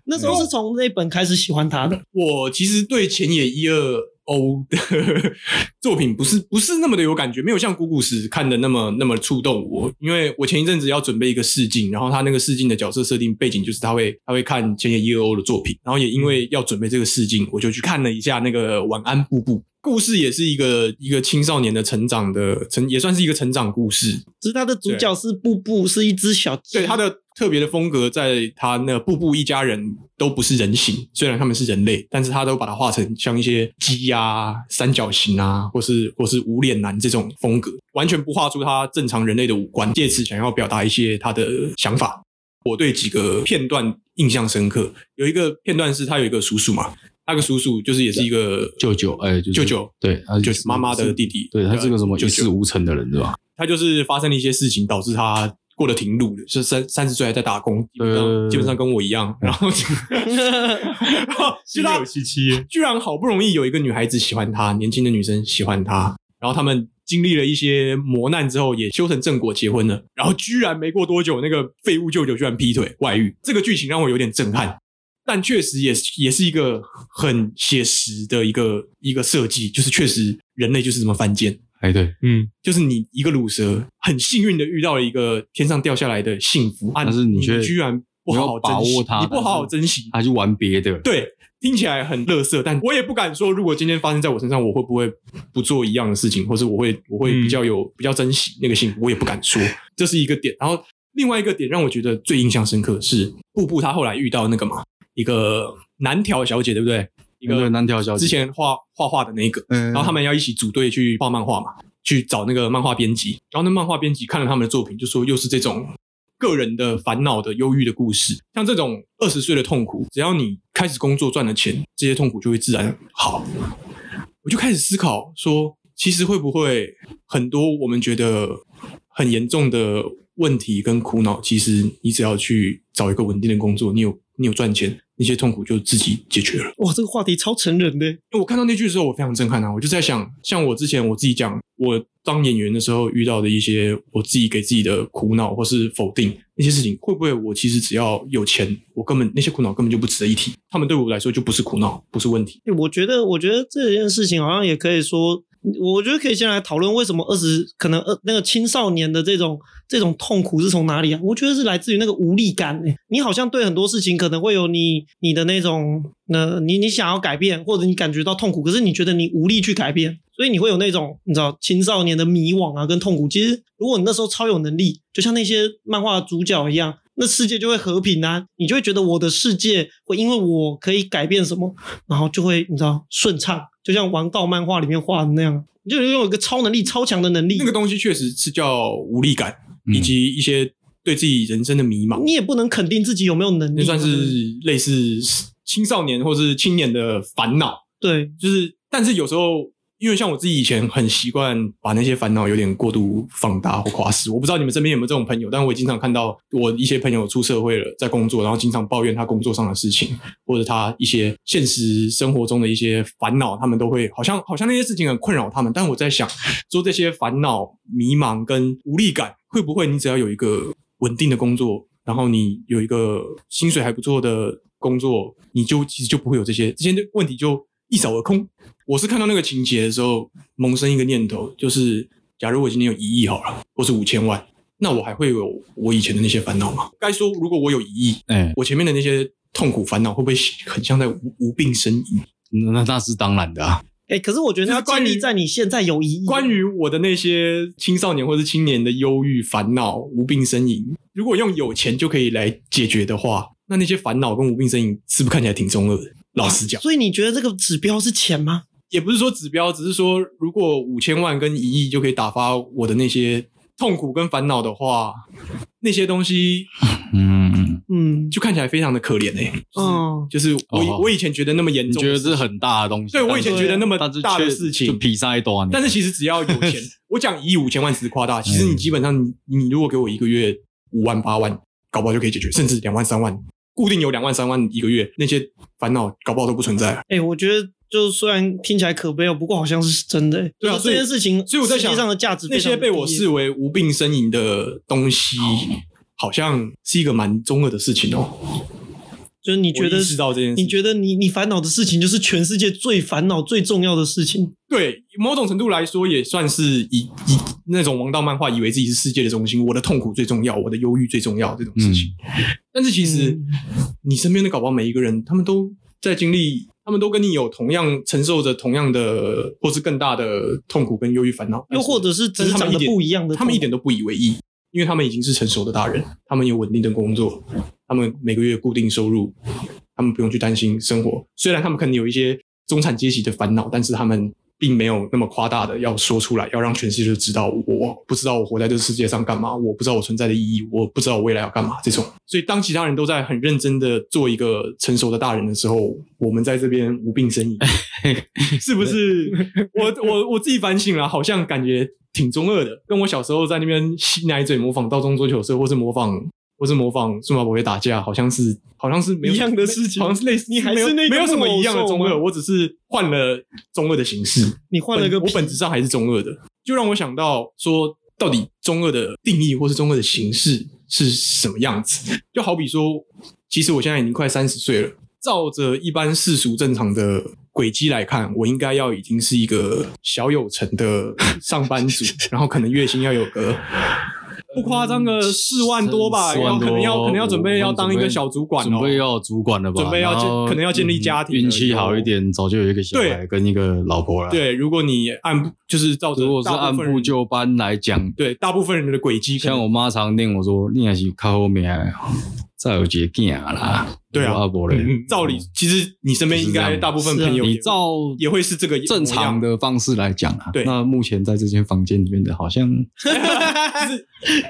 Speaker 3: 那时候是从那本开始喜欢他的，
Speaker 1: 我其实对前野一二 O 的作品不是不是那么的有感觉，没有像古古时看的那么那么触动我。因为我前一阵子要准备一个试镜，然后他那个试镜的角色设定背景就是他会他会看前野一二 O 的作品，然后也因为要准备这个试镜，我就去看了一下那个《晚安，布布》。故事也是一个一个青少年的成长的成，也算是一个成长故事。
Speaker 3: 只是他的主角是布布，是一只小鸡。
Speaker 1: 对，他的特别的风格，在他那步步一家人都不是人形，虽然他们是人类，但是他都把它画成像一些鸡啊、三角形啊，或是或是无脸男这种风格，完全不画出他正常人类的五官，借此想要表达一些他的想法。我对几个片段印象深刻，有一个片段是他有一个叔叔嘛，那个叔叔就是也是一个
Speaker 2: 舅舅，哎，就是
Speaker 1: 舅舅，
Speaker 2: 对，他
Speaker 1: 就是妈妈的弟弟，
Speaker 2: 对他是个什么
Speaker 1: 舅
Speaker 2: 一
Speaker 1: 舅
Speaker 2: 事无成的人，对吧？
Speaker 1: 他就是发生了一些事情，导致他过得挺鲁的，是三三十岁还在打工，基本上
Speaker 2: 呃
Speaker 1: 基本上跟我一样。然 后就，然后就
Speaker 4: 嗯心
Speaker 1: 他
Speaker 4: 有戚戚耶。
Speaker 1: 居然好不容易有一个女孩子喜欢他，年轻的女生喜欢他，然后他们经历了一些磨难之后，也修成正果，结婚了。然后居然没过多久，那个废物舅舅居然劈腿外遇，这个剧情让我有点震撼。但确实也是也是一个很写实的一个一个设计，就是确实人类就是这么犯贱。
Speaker 2: 哎，对，
Speaker 4: 嗯，
Speaker 1: 就是你一个乳蛇，很幸运的遇到了一个天上掉下来的幸福啊，
Speaker 2: 但是
Speaker 1: 你
Speaker 2: 你却
Speaker 1: 居然不好好珍
Speaker 2: 没
Speaker 1: 惜
Speaker 2: 有把握，它
Speaker 1: 你不好好珍惜，
Speaker 2: 他去玩别的，
Speaker 1: 对，听起来很乐色，但我也不敢说，如果今天发生在我身上，我会不会不做一样的事情，或是我会我会
Speaker 4: 嗯
Speaker 1: 比较有、比较珍惜那个幸福，我也不敢说，这是一个点。然后另外一个点让我觉得最印象深刻是布布他后来遇到那个嘛，一个南条小姐，对不对？一
Speaker 2: 一个
Speaker 1: 个
Speaker 2: 南条小姐
Speaker 1: 之，前画画画的那一个，
Speaker 2: 嗯
Speaker 1: 然后他们要一起组队去画漫画嘛，去找那个漫画编辑。然后那漫画编辑看了他们的作品，就说又是这种个人的烦恼的忧郁的故事，像这种二十岁的痛苦，只要你开始工作赚了钱，这些痛苦就会自然好。我就开始思考说，其实会不会很多我们觉得很严重的问题跟苦恼，其实你只要去找一个稳定的工作，你有你有赚钱，那些痛苦就自己解决了。
Speaker 3: 哇，这个话题超成人的，
Speaker 1: 因为我看到那句的时候，我非常震撼啊！我就在想，像我之前我自己讲，我当演员的时候遇到的一些我自己给自己的苦恼或是否定那些事情，会不会我其实只要有钱，我根本那些苦恼根本就不值得一提，他们对我来说就不是苦恼，不是问题。
Speaker 3: 欸我觉得，我觉得这件事情好像也可以说，我觉得可以先来讨论为什么二十可能呃那个青少年的这种这种痛苦是从哪里啊？我觉得是来自于那个无力感、欸。你好像对很多事情可能会有你你的那种，呃，你你想要改变，或者你感觉到痛苦，可是你觉得你无力去改变，所以你会有那种你知道青少年的迷惘啊跟痛苦。其实如果你那时候超有能力，就像那些漫画主角一样。那世界就会和平啊！你就会觉得我的世界会因为我可以改变什么，然后就会你知道顺畅，就像王道漫画里面画的那样，你就拥有一个超能力、超强的能力。
Speaker 1: 那个东西确实是叫无力感，
Speaker 2: 嗯
Speaker 1: 以及一些对自己人生的迷茫，
Speaker 3: 你也不能肯定自己有没有能力，
Speaker 1: 那算是类似青少年或是青年的烦恼。
Speaker 3: 对
Speaker 1: 就是，但是有时候，因为像我自己以前很习惯把那些烦恼有点过度放大或夸饰。我不知道你们身边有没有这种朋友，但我也经常看到我一些朋友出社会了，在工作，然后经常抱怨他工作上的事情，或者他一些现实生活中的一些烦恼， 他们都会好像好像那些事情很困扰他们。但我在想，说这些烦恼、迷茫跟无力感，会不会你只要有一个稳定的工作，然后你有一个薪水还不错的工作，你就其实就不会有这些这些问题就一扫而空。我是看到那个情节的时候，萌生一个念头，就是假如我今天有一亿好了，或是五千万，那我还会有我以前的那些烦恼吗？该说，如果我有一亿，
Speaker 2: 哎，
Speaker 1: 我前面的那些痛苦烦恼会不会很像在无无病呻吟？
Speaker 2: 那那那是当然的啊，
Speaker 3: 哎、可是我觉得
Speaker 1: 就是
Speaker 3: 要
Speaker 1: 关
Speaker 3: 建
Speaker 1: 于
Speaker 3: 立在你现在有疑义。
Speaker 1: 关于我的那些青少年或是青年的忧郁、烦恼、无病呻吟，如果用有钱就可以来解决的话，那那些烦恼跟无病呻吟是不是看起来挺中二的？老实讲，
Speaker 3: 所以你觉得这个指标是钱吗？
Speaker 1: 也不是说指标，只是说如果五千万跟一亿就可以打发我的那些痛苦跟烦恼的话，那些东西
Speaker 2: 嗯嗯，
Speaker 3: 嗯，
Speaker 1: 就看起来非常的可怜哎、
Speaker 3: 嗯，
Speaker 1: 就是我、
Speaker 2: 哦
Speaker 1: 我以前觉得那么严
Speaker 2: 你
Speaker 1: 重，
Speaker 2: 觉得这很大的东西？
Speaker 1: 对我以前
Speaker 2: 但是
Speaker 1: 觉得那么
Speaker 2: 但是
Speaker 1: 大的
Speaker 2: 却
Speaker 1: 事情
Speaker 2: 就比赛多啊，
Speaker 1: 但是其实只要有 钱，我讲一亿五千万只是夸大，其
Speaker 3: 嗯
Speaker 1: 实你基本上你你如果给我一个月五万八万，搞不好就可以解决，甚至两万三万，固定有两万三万一个月，那些烦恼搞不好都不存在了。
Speaker 3: 哎、我觉得就虽然听起来可悲哦，不过好像是真的、欸。
Speaker 1: 对啊
Speaker 3: 就是
Speaker 1: 所以
Speaker 3: 这件事情，
Speaker 1: 所以我在想
Speaker 3: 实际上的价值
Speaker 1: 那
Speaker 3: 非常
Speaker 1: 些被我
Speaker 3: 低哦
Speaker 1: 视为无病呻吟的东西，好像是一个蛮中二的事情哦。
Speaker 3: 就是你觉
Speaker 1: 我
Speaker 3: 得
Speaker 1: 意识到这件事，
Speaker 3: 你觉
Speaker 1: 得
Speaker 3: 得你你烦恼的事情，就是全世界最烦恼、最重要的事情。
Speaker 1: 对？某种程度来说，也算是以以那种王道漫画以为自己是世界的中心，我的痛苦最重要，我的忧郁最重要这种
Speaker 2: 嗯
Speaker 1: 事情。但是其实、
Speaker 3: 嗯
Speaker 1: 你身边的搞不好每一个人，他们都在经历，他们都跟你有同样承受着同样的，或是更大的痛苦跟忧郁烦恼，
Speaker 3: 又或者是只
Speaker 1: 但是
Speaker 3: 是
Speaker 1: 他们
Speaker 3: 长得
Speaker 1: 一点
Speaker 3: 不一样的痛苦，
Speaker 1: 他们一点都不以为意。因为他们已经是成熟的大人，他们有稳定的工作，他们每个月固定收入，他们不用去担心生活。虽然他们可能有一些中产阶级的烦恼，但是他们并没有那么夸大的要说出来，要让全世界知道我不知道我活在这个世界上干嘛，我不知道我存在的意义，我不知道我未来要干嘛这种。所以当其他人都在很认真的做一个成熟的大人的时候，我们在这边无病呻吟， 是不是？ 我我我自己反省了，好像感觉挺中二的，跟我小时候在那边吸奶嘴模仿道中桌球社，或是模仿。或是模仿数码宝贝打架，好像是好像是没有
Speaker 3: 一样的事情
Speaker 1: 好像是类似，
Speaker 3: 你还
Speaker 1: 没有
Speaker 3: 是那个
Speaker 1: 没有什么
Speaker 3: 木偶
Speaker 1: 一样的
Speaker 3: 兽
Speaker 1: 中二，
Speaker 3: 吗
Speaker 1: 我只是换了中二的形式。
Speaker 3: 你换了个
Speaker 1: 本我本
Speaker 3: 皮
Speaker 1: 质上还是中二的，就让我想到说，到底中二的定义或是中二的形式是什么样子？就好比说，其实我现在已经快三十岁了，照着一般世俗正常的轨迹来看，我应该要已经是一个小有成的上班族，然后可能月薪要有个。不夸张个四万多吧，
Speaker 2: 四万
Speaker 1: 要
Speaker 2: 多
Speaker 1: 可能要可能要准备要当一
Speaker 2: 准
Speaker 1: 个
Speaker 2: 备
Speaker 1: 小主管
Speaker 2: 准
Speaker 1: 哦，
Speaker 2: 备要主管了吧？
Speaker 1: 准备要
Speaker 2: 然
Speaker 1: 建
Speaker 2: 后
Speaker 1: 可能要建立家庭了
Speaker 2: 运气好一点，早就有一个小孩
Speaker 1: 对
Speaker 2: 跟一个老婆了。，
Speaker 1: 对，如果你按部就是照着
Speaker 2: 如果是
Speaker 1: 大部
Speaker 2: 按
Speaker 1: 分人
Speaker 2: 部就班来讲，
Speaker 1: 对大部分人的轨迹，可能
Speaker 2: 像我妈常念我说，你也是靠后面的哦，再有一个囝啦。
Speaker 1: 对啊
Speaker 2: 阿伯嘞，
Speaker 1: 嗯，照理，其实你身边应该大部分朋友也
Speaker 2: 啊你照
Speaker 1: 也会是这个
Speaker 2: 正常
Speaker 1: 的，
Speaker 2: 的方式来讲啊。
Speaker 1: 对
Speaker 2: 那目前在这间房间里面的，好像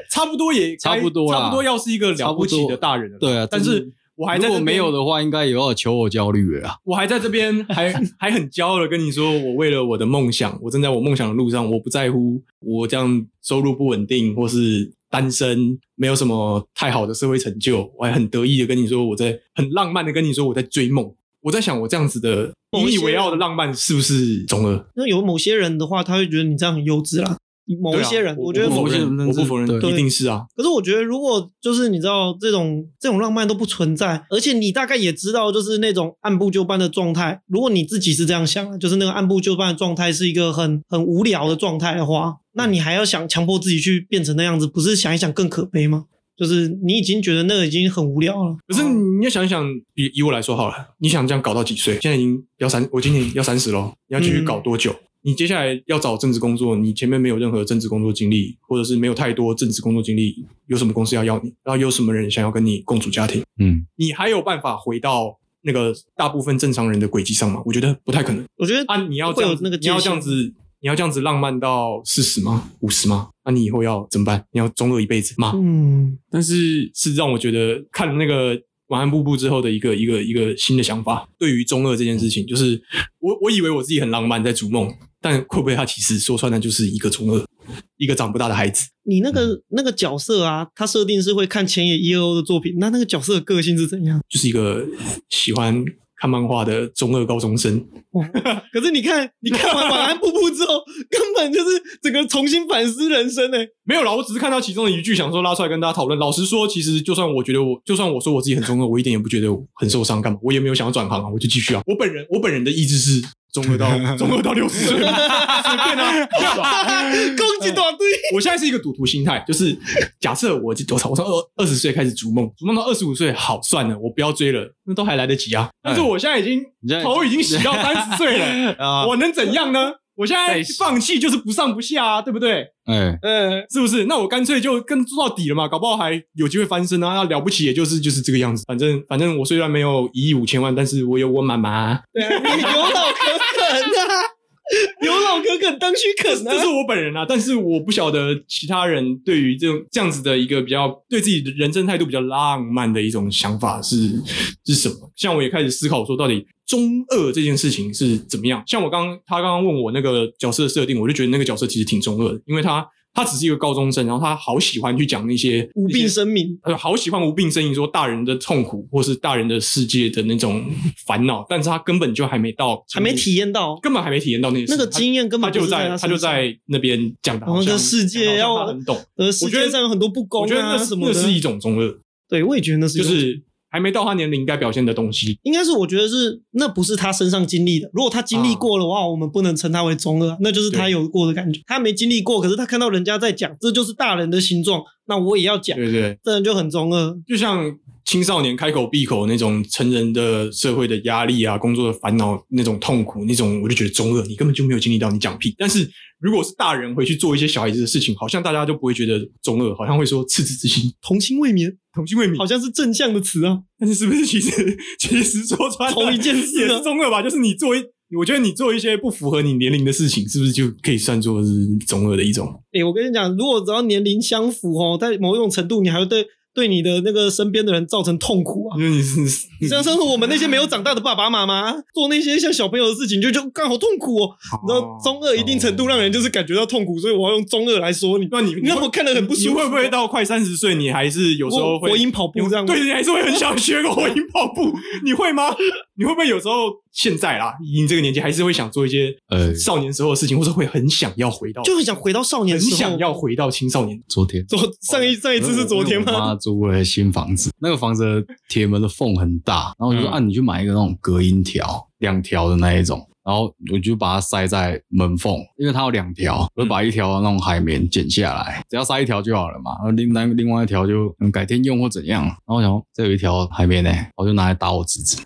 Speaker 1: 差不多也该
Speaker 2: 差不多啦
Speaker 1: 差不多要是一个了不起的大人了。
Speaker 2: 对啊，
Speaker 1: 但是我还
Speaker 2: 如
Speaker 1: 在这
Speaker 2: 果
Speaker 1: 边
Speaker 2: 没有，的话，应该也要求偶焦虑了啊。
Speaker 1: 我还在这边 还还很骄傲的跟你说，我为了我的梦想，我正在我梦想的路上，我不在乎我这样收入不稳定或是。单身没有什么太好的社会成就，我还很得意的跟你说，我在很浪漫的跟你说我在追梦，我在想我这样子的
Speaker 3: 某一
Speaker 1: 引
Speaker 3: 些
Speaker 1: 以为傲的浪漫是不是中二？
Speaker 3: 那有某些人的话，他会觉得你这样很幼稚啦。某一些人，
Speaker 1: 对啊
Speaker 3: 我觉得
Speaker 1: 不
Speaker 3: 某
Speaker 1: 否
Speaker 2: 某
Speaker 3: 些，
Speaker 2: 些
Speaker 1: 认，
Speaker 2: 人
Speaker 1: 我不否认，
Speaker 2: 对
Speaker 1: 一定是啊。
Speaker 3: 可是我觉得如果就是你知道这种这种浪漫都不存在，而且你大概也知道，就是那种按部就班的状态。如果你自己是这样想的，就是那个按部就班的状态是一个很很无聊的状态的话，那你还要想强迫自己去变成那样子，不是想一想更可悲吗？就是你已经觉得那个已经很无聊了，啊
Speaker 1: 可是你要想一想，以以我来说好了，你想这样搞到几岁？现在已经要三，我今年要三十喽，你要继续搞多
Speaker 3: 嗯
Speaker 1: 久？你接下来要找正职工作，你前面没有任何正职工作经历，或者是没有太多正职工作经历，有什么公司要要你？然后有什么人想要跟你共组家庭？
Speaker 2: 嗯，
Speaker 1: 你还有办法回到那个大部分正常人的轨迹上吗？我觉得不太可能。
Speaker 3: 我觉得
Speaker 1: 啊，你要这
Speaker 3: 会有
Speaker 1: 样子，
Speaker 3: 那个
Speaker 1: 你要
Speaker 3: 界
Speaker 1: 这
Speaker 3: 限
Speaker 1: 样子，你要这样子浪漫到四十吗？五十吗？那、你以后要怎么办？你要中二一辈子吗？
Speaker 3: 嗯，
Speaker 1: 但是是让我觉得看了那个《晚安布布》之后的一个一个一个新的想法，对于中二这件事情，就是我我以为我自己很浪漫在逐梦，但会不会他其实说穿的就是一个中二，一个长不大的孩子？
Speaker 3: 你那
Speaker 1: 嗯
Speaker 3: 个那个角色啊，他设定是会看前野一二的作品，那那个角色的个性是怎样？
Speaker 1: 就是一个喜欢看漫画的中二高中生。
Speaker 3: 可是你看，你看完《晚安瀑布》之后， 根本就是整个重新反思人生呢、欸
Speaker 1: 没有啦，我只是看到其中的一句，想说拉出来跟大家讨论。老实说，其实就算我觉得我，就算我说我自己很中二，我一点也不觉得我很受伤，干嘛？我也没有想要转行啊，我就继续啊。我本人，我本人的意志是中二到中二到六十岁，随便啊。
Speaker 3: 攻击大队，
Speaker 1: 我现在是一个赌徒心态，就是假设我我从我从二二十岁开始逐梦，逐梦到二十五岁，好算了，我不要追了，那都还来得及啊。但是我现在已经
Speaker 2: 你现在
Speaker 1: 头已经洗到三十岁了，
Speaker 2: 嗯 啊，
Speaker 1: 我能怎样呢？我现在
Speaker 2: 再洗
Speaker 1: 放弃就是不上不下啊，对不对？
Speaker 2: 哎，
Speaker 3: 嗯，
Speaker 1: 是不是？那我干脆就跟做到底了嘛，搞不好还有机会翻身啊！那了不起，也就是就是这个样子。反正反正我虽然没有一亿五千万，但是我有我妈妈，
Speaker 3: 对啊， 你有老可啃啊，有老可啃当须啃
Speaker 1: 这是
Speaker 3: 啊。
Speaker 1: 我本人啊。但是我不晓得其他人对于这种这样子的一个比较对自己的人生态度比较浪漫的一种想法是是什么？像我也开始思考说，到底中二这件事情是怎么样？像我刚他刚刚问我那个角色设定，我就觉得那个角色其实挺中二的，因为他。他只是一个高中生，然后他好喜欢去讲那些
Speaker 3: 无
Speaker 1: 那些
Speaker 3: 病呻鸣，
Speaker 1: 呃，好喜欢无病呻吟，说大人的痛苦或是大人的世界的那种烦恼，但是他根本就还没到，
Speaker 3: 还没，体验到
Speaker 1: 根本还没体验到那些事
Speaker 3: 那个
Speaker 1: 他
Speaker 3: 经验，根
Speaker 1: 他
Speaker 3: 本不
Speaker 1: 就是在
Speaker 3: 他
Speaker 1: 他
Speaker 3: 身
Speaker 1: 就
Speaker 3: 上，
Speaker 1: 在那边讲的，好
Speaker 3: 然后
Speaker 1: 像
Speaker 3: 这世界
Speaker 1: 讲得好像
Speaker 3: 要
Speaker 1: 他很懂，
Speaker 3: 呃，
Speaker 1: 我
Speaker 3: 世
Speaker 1: 觉得
Speaker 3: 界上有很多不公
Speaker 1: 我觉得
Speaker 3: 啊
Speaker 1: 那
Speaker 3: 什
Speaker 1: 是
Speaker 3: 么
Speaker 1: 那是一
Speaker 3: 的。
Speaker 1: 种中二，
Speaker 3: 对，我也觉得那是一
Speaker 1: 就
Speaker 3: 种
Speaker 1: 是还没到他年龄该表现的东西。
Speaker 3: 应该是我觉得是那不是他身上经历的。如果他经历
Speaker 1: 啊
Speaker 3: 过的话，我们不能称他为中二，那就是他有过的感觉。他没经历过，可是他看到人家在讲，这就是大人的形状，那我也要讲，
Speaker 1: 对对，
Speaker 3: 真的就很中二。
Speaker 1: 就像青少年开口闭口那种成人的社会的压力啊，工作的烦恼那种痛苦，那种我就觉得中二，你根本就没有经历到，你讲屁。但是如果是大人回去做一些小孩子的事情，好像大家就不会觉得中二，好像会说赤子之心，
Speaker 3: 童心未泯，
Speaker 1: 童心未泯。
Speaker 3: 好像是正向的词 啊，
Speaker 1: 但是是不是其实 其实说穿了
Speaker 3: 同一 件
Speaker 1: 也
Speaker 3: 事
Speaker 1: 是
Speaker 3: 啊。
Speaker 1: 中二吧？就是你做一，我觉得你做一些不符合你年龄的事情，是不是就可以算作是中二的一种？
Speaker 3: 诶、我跟你讲，如果只要年龄相符哦，在某种程度，你还会对对你的那个身边的人造成痛苦啊。
Speaker 1: 因为你是
Speaker 3: 像像是我们那些没有长大的爸爸妈妈做那些像小朋友的事情，就就干好痛苦哦。你知道中二一定程度让人就是感觉到痛苦，所以我要用中二来说你。
Speaker 1: 那你
Speaker 3: 你让我看得很不舒
Speaker 1: 你
Speaker 3: 服。
Speaker 1: 会不会到快三十岁，你还是有时候会
Speaker 3: 我我因跑步这样吗
Speaker 1: 对，你还是会很想学个火影跑 步，你会吗？你会不会有时候现在啦，以你这个年纪，还是会想做一些
Speaker 2: 呃
Speaker 1: 少年时候的事情，或者会很想要回到，
Speaker 3: 就很想回到少年
Speaker 1: 很
Speaker 3: 的时候？
Speaker 1: 想要回到青少年？
Speaker 2: 昨天。
Speaker 3: 昨上一上一次是昨天
Speaker 2: 因为我
Speaker 3: 吗？
Speaker 2: 妈租了新房子，那个房子的铁门的缝很大，然后我就说、
Speaker 4: 嗯
Speaker 2: 啊，你去买一个那种隔音条，两条的那一种，然后我就把它塞在门缝，因为它有两条，我就把一条那种海绵剪下来，只要塞一条就好了嘛，然后另另另外一条就嗯改天用或怎样。然后我想说这有一条海绵呢、我就拿来打我侄子，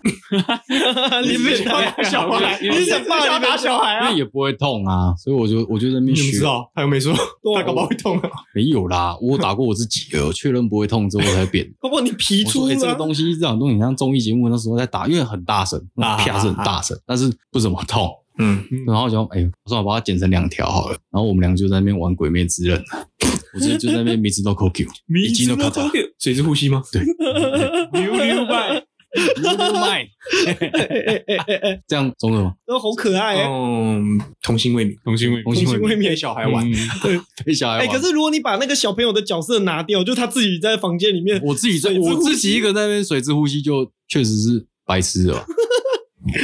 Speaker 3: 你
Speaker 1: 是
Speaker 3: 是
Speaker 1: 想打小 孩，啊
Speaker 4: 你
Speaker 3: 是
Speaker 1: 是
Speaker 3: 想霸凌
Speaker 1: 要
Speaker 3: 人家
Speaker 1: 打小孩
Speaker 2: 因
Speaker 1: 啊
Speaker 2: 为？也不会痛啊，所以我就我就在那
Speaker 1: 你
Speaker 2: 边
Speaker 1: 怎么
Speaker 2: 学
Speaker 1: 知，道？他又没说，
Speaker 3: 对
Speaker 1: 他搞不好会痛啊。
Speaker 2: 没有啦，我打过我自己了，我确认不会痛之后我才扁。
Speaker 3: 包括你皮
Speaker 2: 我
Speaker 3: 粗
Speaker 2: 说：“哎、
Speaker 3: 啊，
Speaker 2: 这个东西这种东西，像综艺节目那时候在打，因为很大声，那种
Speaker 1: 啊
Speaker 2: 啪是很大声，但是不怎么痛。
Speaker 1: 嗯，
Speaker 2: 然后我想，哎、算了，把它剪成两条好了。然后我们俩就在那边玩《鬼灭之刃》， 我直接就在那边迷之都 QQ，
Speaker 1: 迷
Speaker 2: 已
Speaker 1: 之
Speaker 2: 经都
Speaker 1: 诺
Speaker 2: 看到
Speaker 1: 多水之呼吸吗？ 对，
Speaker 4: 溜溜拜，
Speaker 3: 哎哎哎哎哎，
Speaker 2: 这样中了吗？
Speaker 3: 都好可爱哎，
Speaker 1: 嗯，童心未泯，
Speaker 4: 童心未
Speaker 2: 童
Speaker 4: 泯，
Speaker 2: 心未泯，
Speaker 1: 陪小孩玩。
Speaker 4: 嗯
Speaker 2: 被小孩
Speaker 3: 哎，
Speaker 2: 玩。
Speaker 3: 可是如果你把那个小朋友的角色拿掉，就他自己在房间里面，
Speaker 2: 我自己在
Speaker 3: 水之呼
Speaker 2: 我
Speaker 3: 吸
Speaker 2: 自己一个在那边水之呼吸，就确实是白痴了。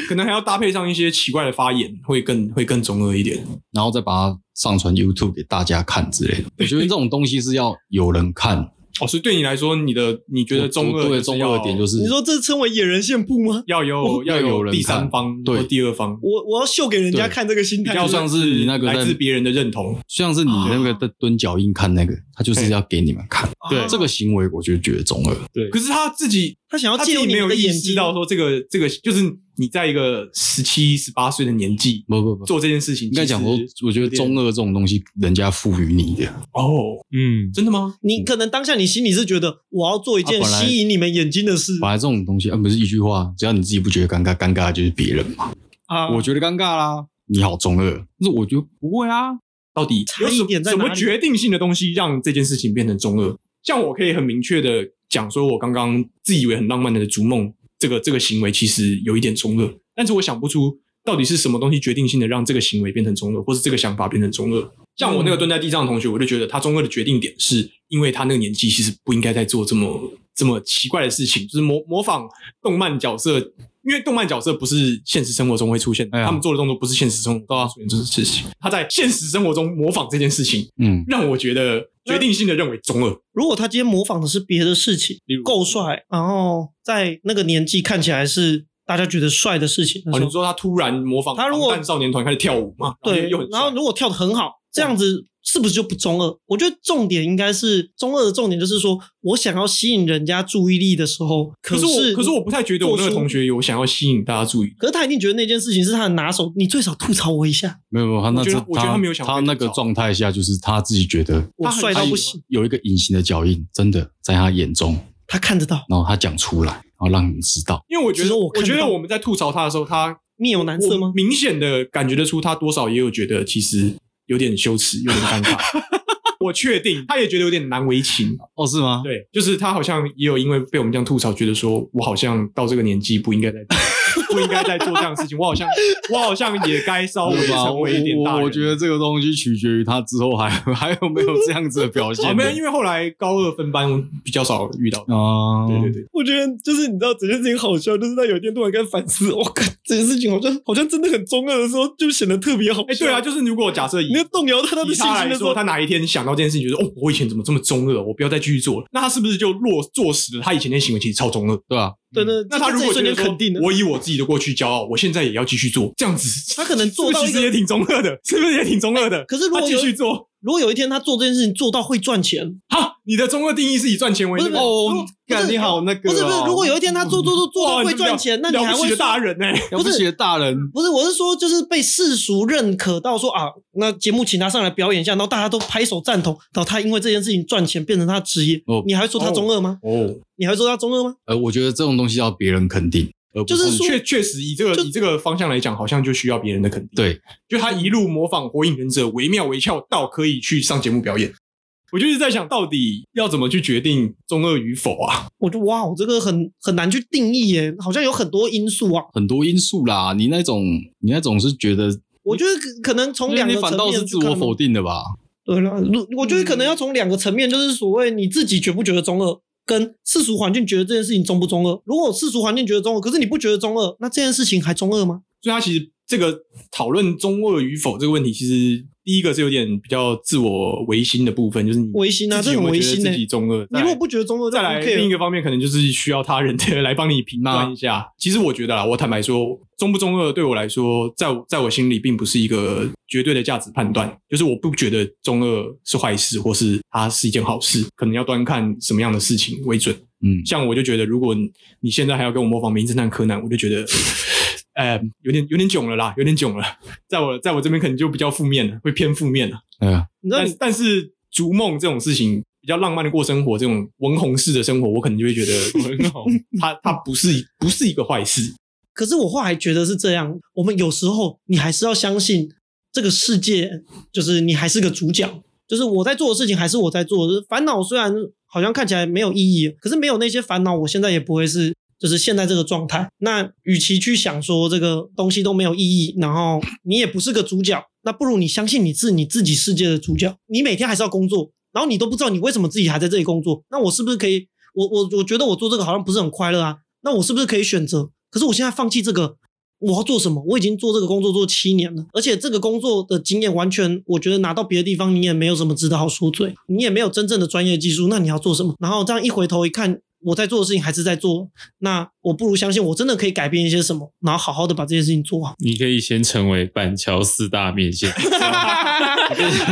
Speaker 1: 可能还要搭配上一些奇怪的发言，会更会更中二一点。
Speaker 2: 然后再把它上传 YouTube 给大家看之类的。我觉得这种东西是要有人看。
Speaker 1: 哦，所以对你来说，你的你觉得中
Speaker 2: 我
Speaker 1: 二
Speaker 2: 对
Speaker 1: 就是
Speaker 2: 中
Speaker 1: 要
Speaker 2: 二的点就是，
Speaker 3: 你说这称为野人献步吗？
Speaker 1: 要有
Speaker 2: 要有
Speaker 1: 有
Speaker 2: 人
Speaker 1: 第三
Speaker 2: 看
Speaker 1: 方
Speaker 2: 对
Speaker 1: 或第二方，
Speaker 3: 我我要秀给人家
Speaker 2: 对
Speaker 3: 看这个心态，
Speaker 1: 比较
Speaker 3: 就是
Speaker 1: 像
Speaker 2: 你
Speaker 1: 是
Speaker 2: 那个在
Speaker 1: 来自别人的认同。
Speaker 2: 像是你那个在蹲脚印看那个，他就是要给你们看。
Speaker 1: 哦
Speaker 4: 对
Speaker 2: 这个行为，我就觉得中二。
Speaker 1: 可是他自己
Speaker 3: 啊他想要
Speaker 1: 他自
Speaker 3: 借
Speaker 1: 己
Speaker 3: 用你
Speaker 1: 没有
Speaker 3: 们的
Speaker 1: 意
Speaker 3: 眼
Speaker 1: 识
Speaker 3: 睛
Speaker 1: 到说这个这个就是你在一个十七十八岁的年纪
Speaker 2: 不不不，
Speaker 1: 做这件事情，
Speaker 2: 应该讲说
Speaker 1: 其实，
Speaker 2: 我觉得中二这种东西，人家赋予你的，
Speaker 1: 哦，
Speaker 4: 嗯，
Speaker 1: 真的吗？
Speaker 3: 你可能当下你心里是觉得我要做一件
Speaker 2: 啊本来
Speaker 3: 吸引你们眼睛的事
Speaker 2: 本来这种东西，啊，不是一句话，只要你自己不觉得尴尬，尴尬的就是别人嘛。
Speaker 3: 啊，
Speaker 2: 我觉得尴尬啦，你好中二，但是我觉得不会啊。
Speaker 1: 到底
Speaker 3: 差
Speaker 1: 有
Speaker 3: 异
Speaker 1: 什
Speaker 3: 点在
Speaker 1: 什
Speaker 3: 哪
Speaker 1: 么
Speaker 3: 里
Speaker 1: 决定性的东西让这件事情变成中二？像我可以很明确的讲，说我刚刚自以为很浪漫的逐梦这个这个行为，其实有一点中二，但是我想不出到底是什么东西决定性的让这个行为变成中二，或是这个想法变成中二。像我那
Speaker 3: 嗯
Speaker 1: 个蹲在地上的同学，我就觉得他中二的决定点是因为他那个年纪其实不应该在做这么这么奇怪的事情，就是模模仿动漫角色，因为动漫角色不是现实生活中会出现的，
Speaker 2: 哎呀
Speaker 1: 他们做的动作不是现实生活中会出现这种事情。他在现实生活中模仿这件事情，
Speaker 2: 嗯，
Speaker 1: 让我觉得决定性的认为中二。
Speaker 3: 如果他今天模仿的是别的事情
Speaker 1: 例如，
Speaker 3: 够帅，然后在那个年纪看起来是大家觉得帅的事情的
Speaker 1: 哦，
Speaker 3: 时
Speaker 1: 你
Speaker 3: 候，
Speaker 1: 说他突然模仿
Speaker 3: 他如果
Speaker 1: 防弹少年团开始跳舞嘛，然后
Speaker 3: 对
Speaker 1: 又很，帅
Speaker 3: 然后如果跳的很好，这样子是不是就不中二？我觉得重点应该是中二的重点就是说我想要吸引人家注意力的时候，
Speaker 1: 可是
Speaker 3: 是
Speaker 1: 我可是我不太觉得我那个
Speaker 3: 做出
Speaker 1: 同学有想要吸引大家注意，
Speaker 3: 可是他一定觉得那件事情是他的拿手，你最少吐槽我一下，
Speaker 2: 没有没有，他那
Speaker 1: 我觉得
Speaker 2: 这
Speaker 1: 我觉得他没有想
Speaker 2: 他那个状态下，就是他自己觉得
Speaker 3: 我
Speaker 1: 他很
Speaker 3: 帅到
Speaker 1: 他
Speaker 3: 不
Speaker 1: 有
Speaker 3: 行，
Speaker 2: 有一个隐形的脚印，真的在他眼中，
Speaker 3: 他看得到，
Speaker 2: 然后他讲出来，然后让你知道。
Speaker 1: 因为我觉
Speaker 3: 只是
Speaker 1: 得
Speaker 3: 我看
Speaker 1: 觉
Speaker 3: 不
Speaker 1: 得
Speaker 3: 到
Speaker 1: 我们在吐槽他的时候，他
Speaker 3: 面有难色
Speaker 1: 我
Speaker 3: 吗？
Speaker 1: 明显的感觉得出他多少也有觉得其实有点羞耻，有点尴 尬。我确定，他也觉得有点难为情。
Speaker 2: 哦，是吗？
Speaker 1: 对，就是他好像也有因为被我们这样吐槽，觉得说我好像到这个年纪不应该再不应该再做这 样的事情，我好像我好像哦也该稍微
Speaker 2: 对吧？
Speaker 1: 成
Speaker 2: 我
Speaker 1: 为一点大人。
Speaker 2: 我我觉得这个东西取决于他之后还 还有没有这样子的表
Speaker 1: 哦，
Speaker 2: 现。
Speaker 1: 没有，因为后来高二分班我比较少遇
Speaker 3: 哦
Speaker 1: 到。
Speaker 2: 啊，
Speaker 1: 对对对，
Speaker 3: 我觉得就是你知道整件事情好笑，就是他有一天突然开始反思，我 靠，这件事情好像好像真的很中二的时候，就显得特别好笑。
Speaker 1: 哎，对啊，，就是如果假设以
Speaker 3: 你要动摇到他的
Speaker 1: 以
Speaker 3: 信
Speaker 1: 他
Speaker 3: 心
Speaker 1: 来
Speaker 3: 的时候，
Speaker 1: 说，他哪一天想到这件事情，觉得哦，我以前怎么这么中二，我不要再继续做了，那他是不是就落坐实了他以前那些行为其实超中二？
Speaker 2: 对啊吧？
Speaker 3: 对对，
Speaker 1: 嗯那他
Speaker 3: 这
Speaker 1: 如果
Speaker 3: 这一
Speaker 1: 觉得
Speaker 3: 瞬
Speaker 1: 说
Speaker 3: 间肯定的，
Speaker 1: 我以我自己的过去骄傲，我现在也要继续做，这样子，
Speaker 3: 他可能做到
Speaker 1: 是不是其
Speaker 3: 一
Speaker 1: 实
Speaker 3: 个。
Speaker 1: 也挺中二的，是不是也挺中二的？
Speaker 3: 可是如果
Speaker 1: 他继
Speaker 3: 有
Speaker 1: 续做，
Speaker 3: 如果有一天他做这件事情做到会赚钱，
Speaker 1: 好，啊你的中二定义是以赚钱为
Speaker 3: 不
Speaker 1: 目
Speaker 3: 是
Speaker 1: 的。
Speaker 2: 哦，干你好那个
Speaker 3: 不
Speaker 2: 哦，
Speaker 3: 是不是，如果有一天他做做做做
Speaker 1: 哇
Speaker 3: 到
Speaker 1: 哦
Speaker 3: 会
Speaker 1: 你了
Speaker 3: 赚钱，那你
Speaker 1: 了
Speaker 3: 还
Speaker 1: 不起
Speaker 3: 会
Speaker 1: 的大
Speaker 3: 说
Speaker 1: 人呢、
Speaker 2: 了不
Speaker 3: 不
Speaker 2: 起
Speaker 3: 是
Speaker 2: 的大人，
Speaker 3: 不是，我是说，就是被世俗认可到说啊，那节目请他上来表演一下，然后大家都拍手赞同，然后他因为这件事情赚钱，变成他的职业，
Speaker 2: 哦
Speaker 3: 你还会说他中二吗？
Speaker 1: 哦，
Speaker 3: 你还会说他中二吗？
Speaker 2: 呃，我觉得这种东西要别人肯定，而不
Speaker 3: 就是 说
Speaker 1: 确确实以这个
Speaker 3: 就
Speaker 1: 以这个方向来讲，好像就需要别人的肯定。，
Speaker 2: 对，
Speaker 1: 就他一路模仿《火影忍者》，惟妙惟肖到可以去上节目表演。我就是在想，到底要怎么去决定中二与否啊？
Speaker 3: 我就哇，这个很很难去定义耶，好像有很多因素啊。
Speaker 2: 很多因素啦。你那种你那种是觉得，
Speaker 3: 我觉得可可能从两
Speaker 2: 你
Speaker 3: 个
Speaker 2: 反
Speaker 3: 层
Speaker 2: 倒是
Speaker 3: 面哦
Speaker 2: 自我否
Speaker 3: 定。
Speaker 2: 定的吧？
Speaker 3: 对了，如我觉得
Speaker 1: 嗯
Speaker 3: 可能要从两个层面，就是所谓你自己觉不觉得中二，跟世俗环境觉得这件事情中不中二。如果世俗环境觉得中二，可是你不觉得中二，那这件事情还中二吗？
Speaker 1: 所以他其实这个讨论中二与否这个问题，其实第一个是有点比较自我唯心的部分，就是你
Speaker 3: 唯心啊
Speaker 1: 自己有没有
Speaker 3: 这很唯
Speaker 1: 觉得
Speaker 3: 心欸
Speaker 1: 自己中二。
Speaker 3: 你如果不觉得中二，
Speaker 1: 再来
Speaker 3: 可以
Speaker 1: 另一个方面，可能就是需要他人的来帮你评断一下。其实我觉得啦，我坦白说，中不中二对我来说，在我在我心里并不是一个绝对的价值判断，就是我不觉得中二是坏事，或是它是一件好事，可能要端看什么样的事情为准。
Speaker 2: 嗯，
Speaker 1: 像我就觉得，如果你你现在还要跟我模仿《名侦探柯南》，我就觉得。 呃，有点有点囧了啦，有点囧了，在我在我这边可能就比较负面了，会偏负面了。
Speaker 2: 哎呀，
Speaker 3: 你知道
Speaker 1: 但
Speaker 3: 你
Speaker 1: 是但是逐梦这种事情，比较浪漫的过生活，这种文红式的生活，我可能就会觉得呃
Speaker 4: 文红。
Speaker 1: 它它不是不是一个坏事。
Speaker 3: 可是我后来觉得是这样，我们有时候你还是要相信这个世界，就是你还是个主角，就是我在做的事情还是我在做的。烦恼虽然好像看起来没有意义，可是没有那些烦恼，我现在也不会是就是现在这个状态。那与其去想说这个东西都没有意义，然后你也不是个主角，那不如你相信你是你自己世界的主角。你每天还是要工作，然后你都不知道你为什么自己还在这里工作，那我是不是可以？我我我觉得我做这个好像不是很快乐啊，那我是不是可以选择？可是我现在放弃这个，我要做什么？我已经做这个工作做七年了，而且这个工作的经验完全，我觉得拿到别的地方你也没有什么值得好说嘴，你也没有真正的专业技术，那你要做什么？然后这样一回头一看，我在做的事情还是在做，那我不如相信我真的可以改变一些什么，然后好好的把这些事 情做好
Speaker 4: 你可以先成为板桥四大面线。